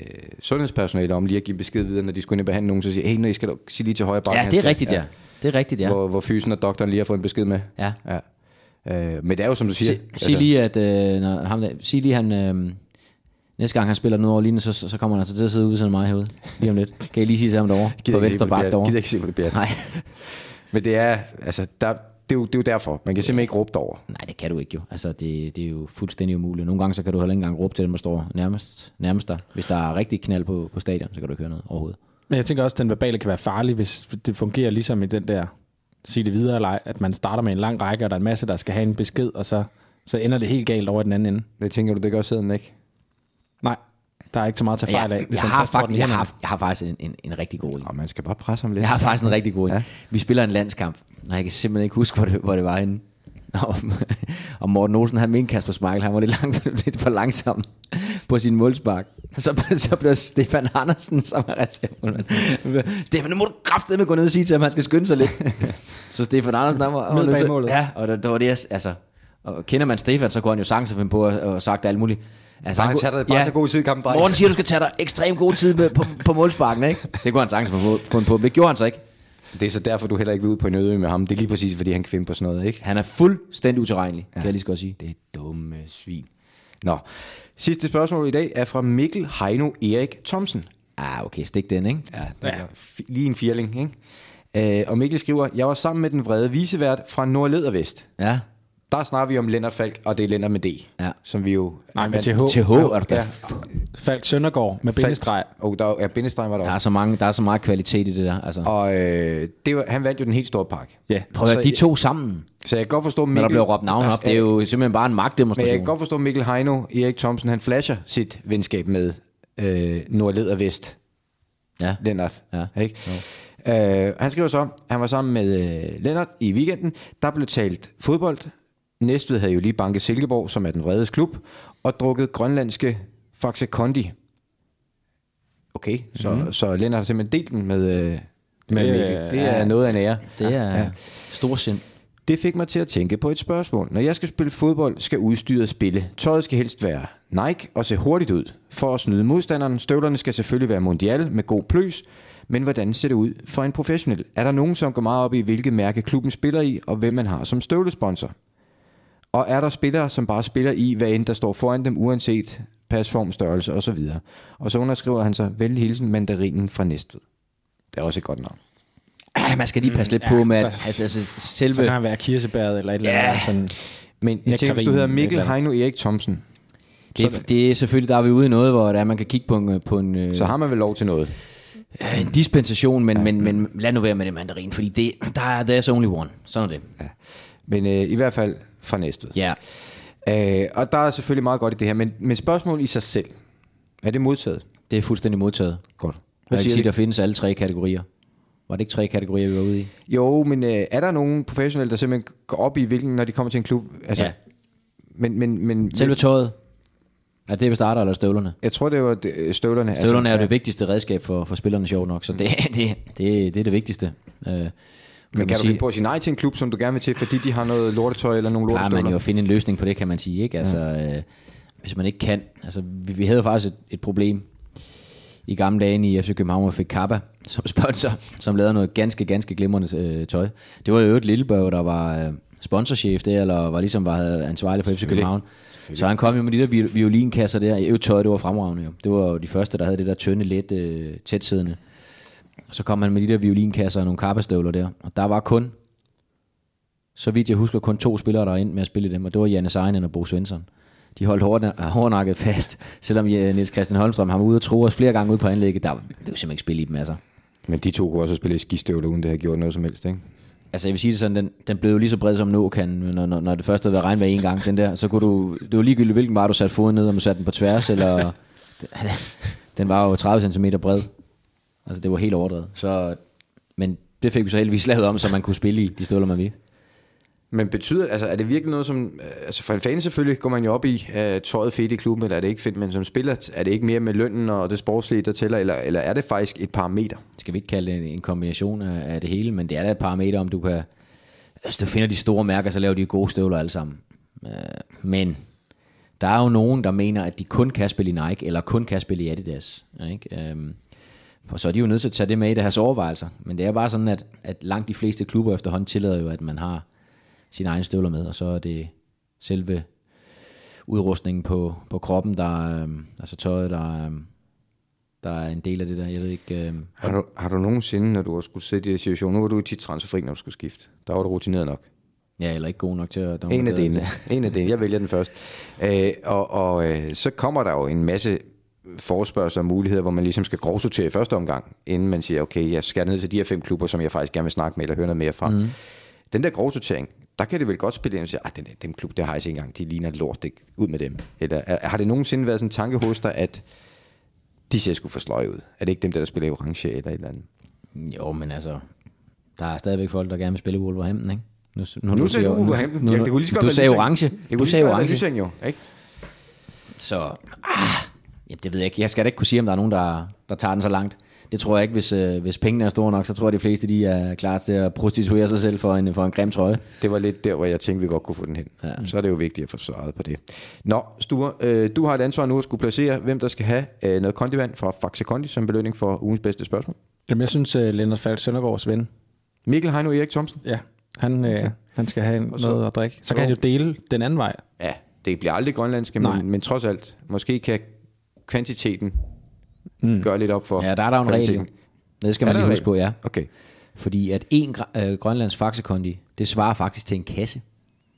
sundhedspersonale om lige at give besked videre, når de skulle ind og behandle nogen, så siger, hey, når I skal dog sige lige til højre bakke. Ja, det er rigtigt, ja. Det er rigtigt, ja. Hvor, hvor fysen og doktoren lige har fået en besked med. Ja. ja. Øh, men det er jo, som du siger. Sig, sig lige, at øh, når ham der, sig lige, han, øh, Næste gang han spiller noget over lignende, så, så så kommer han altså til at sidde ude sådan mig herude. Lige om lidt. Kan I lige sige til ham derovre? på ikke se, venstre hvor det bliver- Gider bak derovre. ikke se, hvor det bliver. Nej. Men det er, altså, der, det, er jo, det er jo derfor. Man kan simpelthen ikke råbe derover. Nej, det kan du ikke jo. Altså, det, det er jo fuldstændig umuligt. Nogle gange så kan du heller ikke engang råbe til dem, der står nærmest, nærmest dig. Hvis der er rigtig knald på, på stadion, så kan du ikke høre noget overhovedet. Men jeg tænker også, at den verbale kan være farlig, hvis det fungerer ligesom i den der sig det videre leg, at man starter med en lang række, og der er en masse, der skal have en besked, og så, så ender det helt galt over i den anden ende. Det tænker du, det gør siden, ikke? Nej, der er ikke så meget at tage fejl af. jeg, hvis jeg, man har først får den i faktisk, jeg, hænderne. har, jeg har faktisk en, en, en rigtig god en. Og man skal bare presse ham lidt. Jeg har faktisk en rigtig god en. Ja. Ja. Vi spiller en landskamp, og jeg kan simpelthen ikke huske, hvor det, hvor det var henne. Og, og Morten Olsen, han mente Kasper Smeichel, han var lidt, langt, lidt for langsom på sin målspark. Så, så blev Stefan Andersen, som er reservemålmand. Stefan, nu må du kraftedeme gå ned og sige til ham, han skal skynde sig lidt. så Stefan Andersen, han var, han var Ned bag til- målet. Ja, og der, der var det, jeg s- altså, og kender man Stefan, så kunne han jo sagtens have fundet på og, og sagt alt muligt. Altså, Bare kunne- tag dig- bare så god tid i kampen, dreng. Morten siger, du skal tage dig ekstremt god tid med, på, på målsparken, ikke? Det kunne han sagtens have fået- fundet på, men det gjorde han så ikke. Det er så derfor, du heller ikke vil ud på en øde med ham. Det er lige præcis, fordi han kan finde på sådan noget, ikke? Han er fuldstændig utilregnelig, ja. kan jeg lige så godt sige. Det er dumme svin. Nå, sidste spørgsmål i dag er fra Mikkel Heino Erik Thomsen. Ah, okay, stik den, ikke? Ja, der ja. lige en firling, ikke? Øh, og Mikkel skriver, jeg var sammen med den vrede visevært fra Nordledervest. Ja. Der snakker vi om Lennart Falk, og det er Lennart med D. Ja. Som vi jo... Nej, med H. TH. TH er der, Ja. ja. Falk Søndergaard med bindestreg. Og der, ja, bindestreg var der, der, er også. så mange, der er så meget kvalitet i det der. Altså. Og øh, det var, han vandt jo den helt store pakke. Ja. Prøv at høre, så- de to sammen, når Så jeg kan godt forstå Mikkel... der bliver råbt navn op, det er jo simpelthen bare en Men jeg magtdemonstration. kan godt forstå Mikkel Heino, Erik Thomsen, han flasher sit venskab med øh, Nordled og Vest. Ja. Lennart. Ja. Ikke? Øh, han skriver så, han var sammen med øh, Lennart i weekenden. Der blev talt fodbold. Næstved havde jo lige banket Silkeborg, som er den vredes klub, og drukket grønlandske Faxe Kondi. Okay, så, Mhm. mm-hmm. så Lennart har simpelthen delt den med, øh, med er- Mikkel. Det er noget af en ære. Det er ja. stor sind. Det fik mig til at tænke på et spørgsmål. Når jeg skal spille fodbold, skal udstyret spille. Tøjet skal helst være Nike og se hurtigt ud. For at snyde modstanderen, støvlerne skal selvfølgelig være Mondial med god pløs. Men hvordan ser det ud for en professionel? Er der nogen, som går meget op i, hvilket mærke klubben spiller i, og hvem man har som støvlesponsor? Og er der spillere, som bare spiller i, hvad end der står foran dem, uanset pasform, størrelse osv.? Og så underskriver han så, venlig hilsen, mandarinen fra Næstved. Det er også et godt navn. Ah, man skal Mm, lige passe lidt på med, at der- altså, altså, Så kan selve... han være kirsebæret eller et eller andet. Ja. Ja. Sådan. Men jeg tænker, hvis du Nektarinen, hedder et eller Mikkel andet. Heino Erik Thomsen, Det, det er selvfølgelig, der er vi ude i noget, hvor der er, man kan kigge på en, øh, på en, øh, så har man vel lov til noget. øh, en dispensation, men, men, men lad nu være med det mandarin, fordi det, der er there's only one. Sådan er det. Men øh, i hvert fald fra Næstved. Ja. Øh, og der er selvfølgelig meget godt i det her, men, men spørgsmålet i sig selv, er det modtaget? Det er fuldstændig modtaget. Godt. Jeg Hvad kan ikke siger det? sige, der findes alle tre kategorier. Var det ikke tre kategorier, vi var ude i? Jo, men øh, er der nogen professionelle, der simpelthen går op i, hvilken, når de kommer til en klub? Altså, Ja. Men, men, men Selve tøjet. Er det, vi starter, eller støvlerne? jeg tror, det var det- støvlerne. Støvlerne er jo altså, det vigtigste redskab for, for spillerne, sjov nok. Så det, det, det, det er det vigtigste. Øh, kan Men kan du finde på at sige nej til en klub, som du gerne vil til, fordi de har noget lortetøj eller nogle plejer lortestøvler? man jo at finde en løsning på det, kan man sige. Ikke? Altså, øh, hvis man ikke kan. Altså, vi, vi havde faktisk et, et problem i gamle dage i FC København, hvor vi fik Kappa som sponsor, som lavede noget ganske, ganske glimrende øh, tøj. Det var jo øvrigt Lillebørg, der var øh, sponsorchef der, eller var ligesom var havde ansvarlig for FC København. Så han kom jo med de der vi- violinkasser der. I øvrigt tøj, det var fremragende jo. Det var jo de første, der havde det der tynde, let, øh, tætsiddende. Og så kom han med de der violinkasser og nogle kappestøvler der. Og der var kun så vidt jeg husker, kun to spillere, der endte med at spille i dem, og det var Janne Seinen og Bo Svensson. De holdt hårdna- hårdnakket fast, selvom ja, Niels Christian Holmstrøm har været ude og tro os flere gange ude på anlægget. Der blev simpelthen ikke spille i dem, altså. Men de to kunne også spille i skistøvler, uden det har gjort noget som helst, ikke? Altså jeg vil sige det sådan, den, den blev jo lige så bred som nå kan, når, når, når det første havde været regn hver en gang, den der, så kunne du, det var ligegyldigt hvilken var du satte foden ned, om du satte den på tværs, eller den var jo 30 cm bred. Altså det var helt overdrevet. Så, men det fik vi så heldigvis lavet om, så man kunne spille i de støvler, man ville. Men betyder, altså er det virkelig noget som, øh, altså for en fan selvfølgelig går man jo op i øh, tøjet fedt i klubben, eller er det ikke fedt, men som spiller, er det ikke mere med lønnen og det sportslige, der tæller, eller, eller er det faktisk et parameter? skal vi ikke kalde det en- en kombination af, af det hele, men det er da et parameter, om du kan... Altså, du finder de store mærker, så laver de gode støvler alle sammen. Øh, men der er jo nogen, der mener, at de kun kan spille i Nike, eller kun kan spille i Adidas. Ikke? Øhm, og så er de jo nødt til at tage det med i deres overvejelser. Men det er bare sådan, at, at langt de fleste klubber efterhånden tillader jo, at man har sine egne støvler med, og så er det selve udrustningen på, på kroppen, der øh, altså tøjet, der, øh, der er en del af det der. Jeg ved ikke... Øh, Har du, har du nogensinde, når du har skulle sidde i de situationer, nu var du i tit transferfri, når du skulle skifte, der var du rutineret nok? ja, eller ikke god nok til at... der er En nogen, af der- delene. En af delene. Jeg vælger den først. Øh, og og øh, så kommer der jo en masse forespørgseler og muligheder, hvor man ligesom skal grovsortere i første omgang, inden man siger, okay, jeg skal ned til de her fem klubber, som jeg faktisk gerne vil snakke med, eller høre noget mere fra. Mm. Den der grovsortering, der kan det vel godt spille ind og sige, at den, den klub, det har jeg ikke engang, de ligner lort, det, ud med dem. Eller er, har det nogensinde været sådan en tanke hos dig, at de ser sgu for sløje ud? Er det ikke dem, der, der spiller i orange eller et eller andet? Jo, men altså, der er stadigvæk folk, der gerne vil spille i Wolverhampton, ikke? Nu, Nu sagde du Wolverhampton. Nu, Ja, nu, det kunne lige så godt du være sagde Lyseng. orange. Det kunne Du lige så sagde godt være orange. Lyseng jo, ikke? Så, ah, jamen, det ved jeg ikke. Jeg skal da ikke kunne sige, om der er nogen, der, der tager den så langt. Det tror jeg ikke, hvis, øh, hvis pengene er store nok, så tror jeg, de fleste de er klar til at prostituere sig selv for en, for en grim trøje. Det var lidt der, hvor jeg tænkte, vi godt kunne få den hen. Ja. Så er det jo vigtigt at få svaret på det. Nå, Sture, øh, du har et ansvar nu at skulle placere, hvem der skal have øh, noget kondivand fra Faxe Kondi som belønning for ugens bedste spørgsmål. Jamen, jeg synes, uh, Lennart Falk Søndergaards ven, Mikkel Heino Erik Thomsen. ja, han, øh, han skal have en, noget at drikke. Så, så- kan han jo dele den anden vej. Ja, det bliver aldrig grønlandske, Nej. men, men trods alt, måske kan kvantiteten mm. gøre lidt op for Ja, der er der jo en regel. jo. kvaliteten. Det skal Er man der lige en huske regel? på, ja. Okay. Fordi at en gr- øh, grønlands faxekondi, det svarer faktisk til en kasse.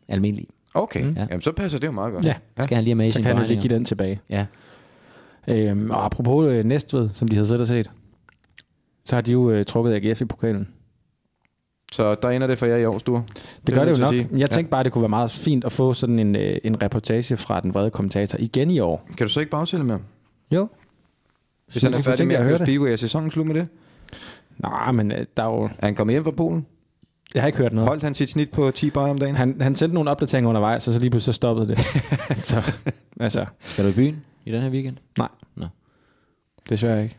Almindelig. Okay, mm. Jamen, så passer det jo meget godt. Ja. Ja. Skal han lige have med i Så sin kan han jo beregninger. lige give den tilbage. Ja. Øhm, og apropos øh, Næstved, som de havde siddet og set, så har de jo øh, trukket AGF i pokalen. Så der ender det for jer i år, Sture. Det gør er det jo jeg nødt nok. til at Jeg tænkte bare, at det kunne være meget fint at få sådan en, øh, en reportage fra den vrede kommentator igen i år. sige. Kan du så ikke bagtælle med ham? Jo. Hvis han er jeg kunne færdig tænke, med jeg at hører køre det. Speedway, er sæsonen slut med det? Nej, men øh, der er jo... Er han kommet hjem fra Polen? Jeg har ikke hørt noget. Holdt han sit snit på 10 bare om dagen? Han, han sendte nogle opdateringer undervejs, og så lige pludselig så stoppede det. så, altså, Skal du i byen i den her weekend? nej. Nå. Desværre ikke.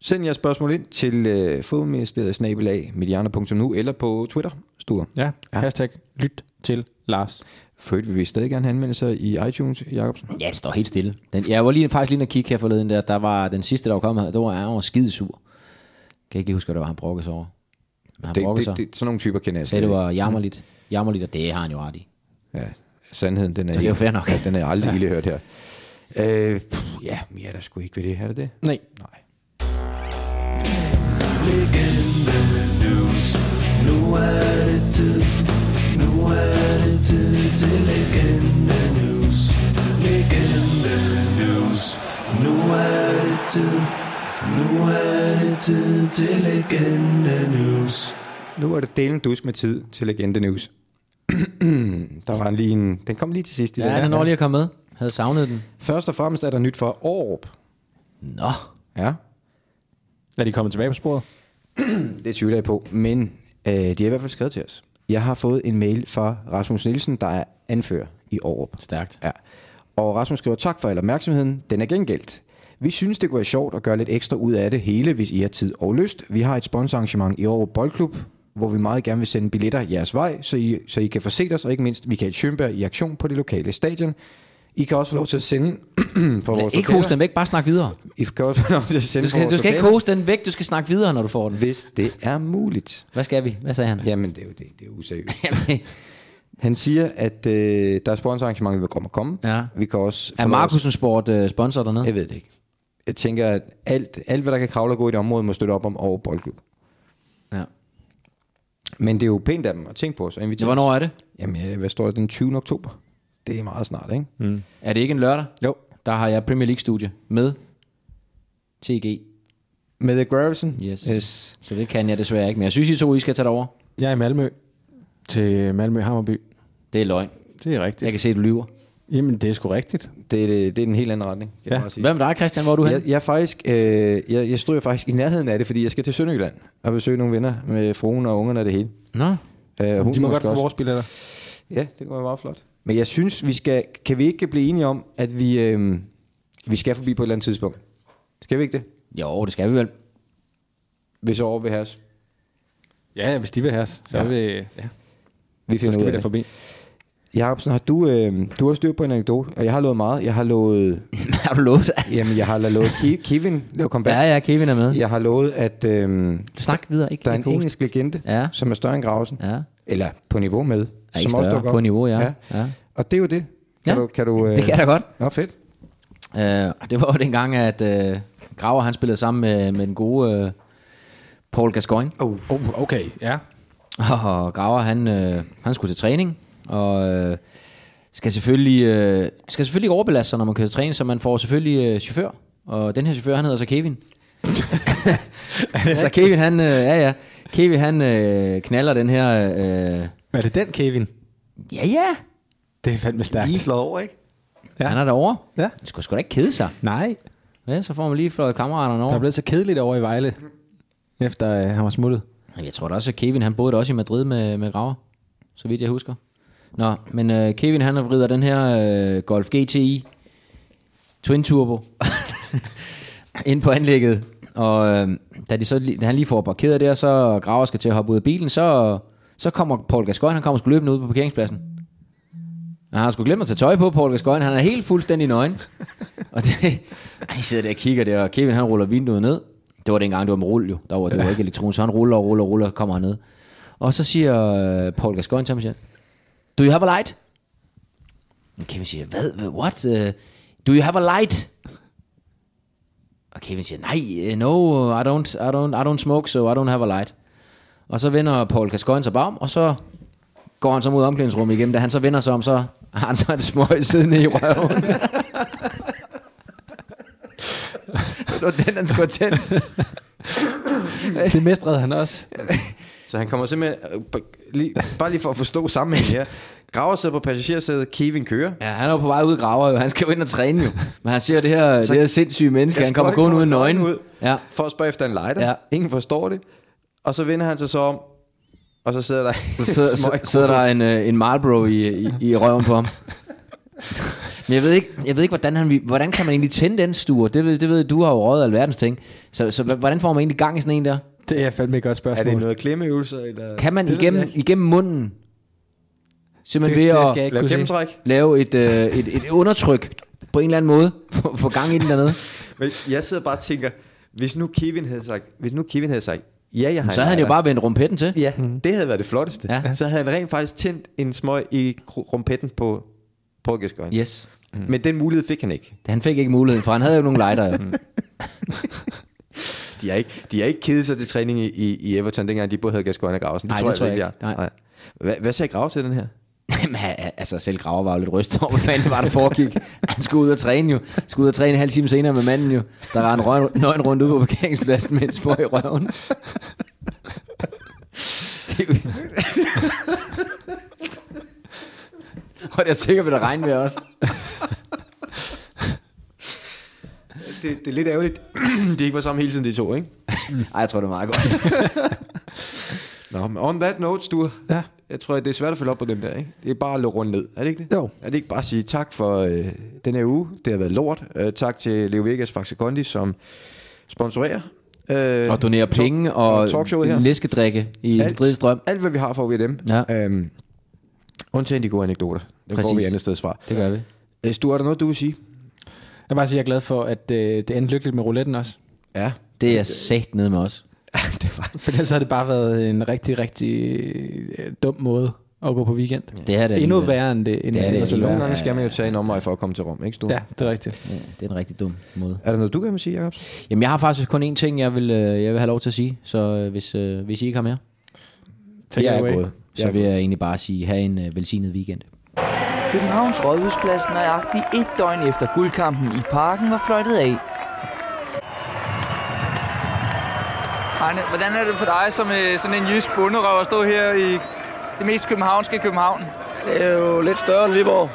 Send jeres spørgsmål ind til øh, fodministeriet snabelag medianer.nu eller på Twitter, Sture. Ja, ja. hashtag lyt til Lars. Følte vi vil stadig gerne have anmeldelser i iTunes, Jacobsen. Ja, det står helt stille. Den, jeg var lige, faktisk lige inde og kigge her forleden der. Der var den sidste, der var kommet her. Der var jeg over skidesur. Kan ikke lige huske, hvad det var, han brokkede sig over. Men han Det, brokkede sig. det, det, sådan nogle typer kender jeg Sagde, slet det ikke. var jammerligt. Jammerligt, og det har han jo ret i. Ja, sandheden, den er, Så det er jo fair nok. Ja, den er jeg aldrig lige hørt her. Øh, pff, ja, mere er der sgu ikke ved det. Er det det? Nej. Nej. News. Nu er det tid. Nu er det tid til legende news. Legende news. Nu er det tid. Nu er det tid til legende news. Nu er det delen dus med tid til Legende News. der var lige en, den kom lige til sidst i Ja, han den når lige at komme med. Havde savnet den. Først og fremmest er der nyt for Aarup. Nå. Ja, Er de kommet tilbage på sporet? Det tvivler jeg på, men øh, de har i hvert fald skrevet til os. Jeg har fået en mail fra Rasmus Nielsen, der er anfører i Aarup. Stærkt. Ja. Og Rasmus skriver, tak for al opmærksomheden. Den er gengældt. Vi synes, det kunne være sjovt at gøre lidt ekstra ud af det hele, hvis I har tid og lyst. Vi har et sponsorarrangement i Aarup Boldklub, hvor vi meget gerne vil sende billetter jeres vej, så I, så I kan få set os, og ikke mindst Michael Schønberg i aktion på det lokale stadion. I kan også få lov til at sende på vores Ikke hoste den væk, bare snak videre. I kan også få lov til at sende på Du skal, vores du skal ikke lokaler, hoste den væk, du skal snakke videre, når du får den. hvis det er muligt. Hvad skal vi? Hvad sagde han? Jamen, det er jo det. Det er useriøst. Jamen, Han siger, at øh, der er sponsorarrangementer, vi kommer komme. Ja. Vi kan også... er få Markusen Sport øh, sponsor dernede? Vores, jeg ved det ikke. Jeg tænker, at alt, alt hvad der kan kravle og gå i det område, må støtte op om over boldklub. Ja. Men det er jo pænt af dem at tænke på os og invitere Ja, Hvornår er det? os. Jamen, ja, hvad står der? Den 20. oktober. Det er meget snart, ikke? Mm. Er det ikke en lørdag? Jo. Der har jeg Premier League-studie med TG. Med The Gravison. Yes. yes. Så det kan jeg desværre ikke, men jeg synes, I to I skal tage derover. Jeg er i Malmø. Til Malmø Hammerby. Det er løgn. Det er rigtigt. Jeg kan se, du lyver. Jamen, det er sgu rigtigt. Det, er, det, det er en helt anden retning, kan Ja. jeg bare sige. Hvem er der, Christian? Hvor er du hen? Jeg, jeg, er faktisk, øh, jeg, jeg stod jo faktisk i nærheden af det, fordi jeg skal til Sønderjylland og besøge nogle venner med fruen og ungerne og det hele. Nå. Øh, hun De må måske godt få også. vores billetter. Ja, det kunne være meget flot. Men jeg synes, vi skal, kan vi ikke blive enige om, at vi, øh, vi skal forbi på et eller andet tidspunkt? Skal vi ikke det? Jo, det skal vi vel. Hvis over vil have os. Ja, ja, hvis de vil have os, så, Ja. ja. vi, ja, Vi så finder skal ud vi af da det. forbi. Jacobsen, har du, øh, du har styr på en anekdote, og jeg har lovet meget. Jeg har lovet, har du lovet det? jamen, jeg har lovet Ki- Kevin, det var Ja, comeback. ja, Kevin er med. Jeg har lovet, at øh, Snak videre, ikke? der er Jeg en kan huske. engelsk legende, Ja. som er større end Grausen. Ja. Eller på niveau med. ikke større, dukker på op. niveau, ja. Ja. Og det er jo det. Kan Ja, du, kan du, øh... det kan jeg da godt. Nå, fedt. Øh, og det var jo dengang, at øh, Graver han spillede sammen med, med den gode øh, Paul Gascoigne. Oh, okay, ja. Og Graver, han, øh, han skulle til træning, og øh, skal, selvfølgelig, øh, skal selvfølgelig ikke overbelaste sig, når man kører til træning, så man får selvfølgelig øh, chauffør. Og den her chauffør, han hedder så Kevin. så Kevin, han, øh, ja ja, Kevin, han øh, knaller den her, øh, Er det den, Kevin? ja ja, Det er fandme Lige stærkt. slået over, ikke? ja. Ja. han er derovre. Ja. Han skulle sgu da ikke kede sig. Nej, Ja, så får man lige fløjet kammeraterne over. der er blevet så kedeligt over i Vejle, efter øh, han var smuttet. Jamen, Jeg tror da også, at Kevin han boede da også i Madrid med, med Graver, så vidt jeg husker. Nå, men øh, Kevin han rider den her øh, Golf GTI Twin Turbo ind på anlægget. Og øh, da, de så, lige- da han lige får parkeret der, så Graver skal til at hoppe ud af bilen, så, så kommer Paul Gascoigne, han kommer sgu løbende ud på parkeringspladsen. Og han har sgu glemt at tage tøj på, Paul Gascoigne, han er helt fuldstændig nøgen. og det, han sidder der og kigger der, og Kevin han ruller vinduet ned. Det var dengang, det var med rull jo, der var, det var ikke elektronisk, så han ruller og ruller og ruller, og kommer ned. Og så siger øh, Paul Gascoigne til ham, siger, Do you have a light? Og Kevin siger, hvad, hvad- what? Uh, do you have a light? Og Kevin siger, nej, øh, no, I don't, I don't, I don't smoke, so I don't have a light. Og så vender Paul Gascoigne sig bagom, og så går han så mod omklædningsrummet igen. Da han så vender sig om, så har han så et smøg siddende i røven. det var den, han skulle have tændt. Det mestrede han også. Så han kommer simpelthen, øh, b- lige, bare lige for at forstå sammenhængen her. Graver sidder på passagersædet, Kevin kører. Ja, han er jo på vej ud og graver jo. Han skal jo ind og træne jo. Men han ser det her, det her sindssyge menneske, han kommer Gascoigne gående uden nøgen. Ud. Ja. For at spørge efter en lighter. Ja. Ja. Ingen forstår det. Og så vender han sig så om, og så sidder der en Så sidder, smøg så- sidder der en, øh, en Marlboro i, i, i røven på ham. Men jeg ved ikke, jeg ved ikke hvordan, han, vi- hvordan kan man egentlig tænde den stue? Det ved, det ved du har jo røget alverdens ting. Så, så hva- hvordan får man egentlig gang i sådan en der? Det er fandme et godt spørgsmål. Er det noget klemmeøvelser? Eller? Kan man Det ved jeg igennem, ikke. igennem munden, det, simpelthen det, ved skal jeg at ikke Lave kunne se. gennemtræk? lave et, øh, et, et undertryk på en eller anden måde, for, for gang i den dernede? Men jeg sidder bare og tænker, hvis nu Kevin havde sagt, hvis nu Kevin havde sagt, ja, jeg har Så en havde han jo lighter." bare vendt rumpetten til. Ja, mm. det havde været det flotteste. Ja. Ja. Så havde han rent faktisk tændt en smøg i kro- rumpetten på Paul Gascoigne. Yes. Mm. Men den mulighed fik han ikke. Han fik ikke muligheden, for han havde jo nogle lighter. jo. De har ikke, de har ikke kedet sig til træning i, i, i Everton, dengang de både havde Gascoigne og Graversen. Nej, det tror jeg ikke. de har. Nej. Hvad, hvad sagde Grav til den her? Jamen, ha- ha- altså selv Graver var jo lidt rystet over, hvad fanden det var, der foregik. Han skulle ud og træne jo. Han skulle ud og træne en halv time senere med manden jo. Der var en røg, nøgen rundt ude på parkeringspladsen med en spor i røven. Det er jo- Og det er sikkert, at det regne med også. Det, det er lidt ærgerligt, de ikke var sammen hele tiden, de to, ikke? Ej, jeg tror, det er meget godt. Nå, men on that note, Sture, Ja. jeg tror, det er svært at følge op på dem der, ikke? Det er bare at lukke rundt ned, er det ikke det? Jo. Er det ikke bare at sige tak for øh, den her uge, det har været lort. Øh, tak til Leo Vegas Faxe Kondi, som sponsorerer. Øh, Og donere penge og og talkshowet her. læskedrikke i en Alt. stridig strøm. alt hvad vi har, får vi af dem. Ja. Øhm, undtagen de gode anekdoter. Det Præcis. får vi andet sted fra. Det gør vi. Øh, Sture, er der noget, du vil sige? Jeg vil bare sige, at jeg er glad for, at øh, det endte lykkeligt med rouletten også. Ja. Det er jeg sat ned med os. det var... For ellers har det bare været en rigtig, rigtig øh, dum måde at gå på weekend. Det her det er Endnu alligevel- værre end det, end Det det, er det ellers ville Altså, Nogle være. gange skal man jo tage en omvej for at komme til Rom, ikke Sture? Ja, det er rigtigt. Ja, det er en rigtig dum måde. Er der noget, du kan sige, Jacob? Jamen, jeg har faktisk kun én ting, jeg vil, øh, jeg vil have lov til at sige, så øh, hvis, øh, hvis I ikke har mere, Take jeg it away. er gået. så vil jeg egentlig bare sige, have en øh, velsignet weekend. Københavns Rådhusplads nøjagtig et døgn efter guldkampen i parken var fløjtet af. Arne, hvordan er det for dig som øh, sådan en jysk bunderøv at stå her i det mest københavnske København? Det er jo lidt større end Viborg.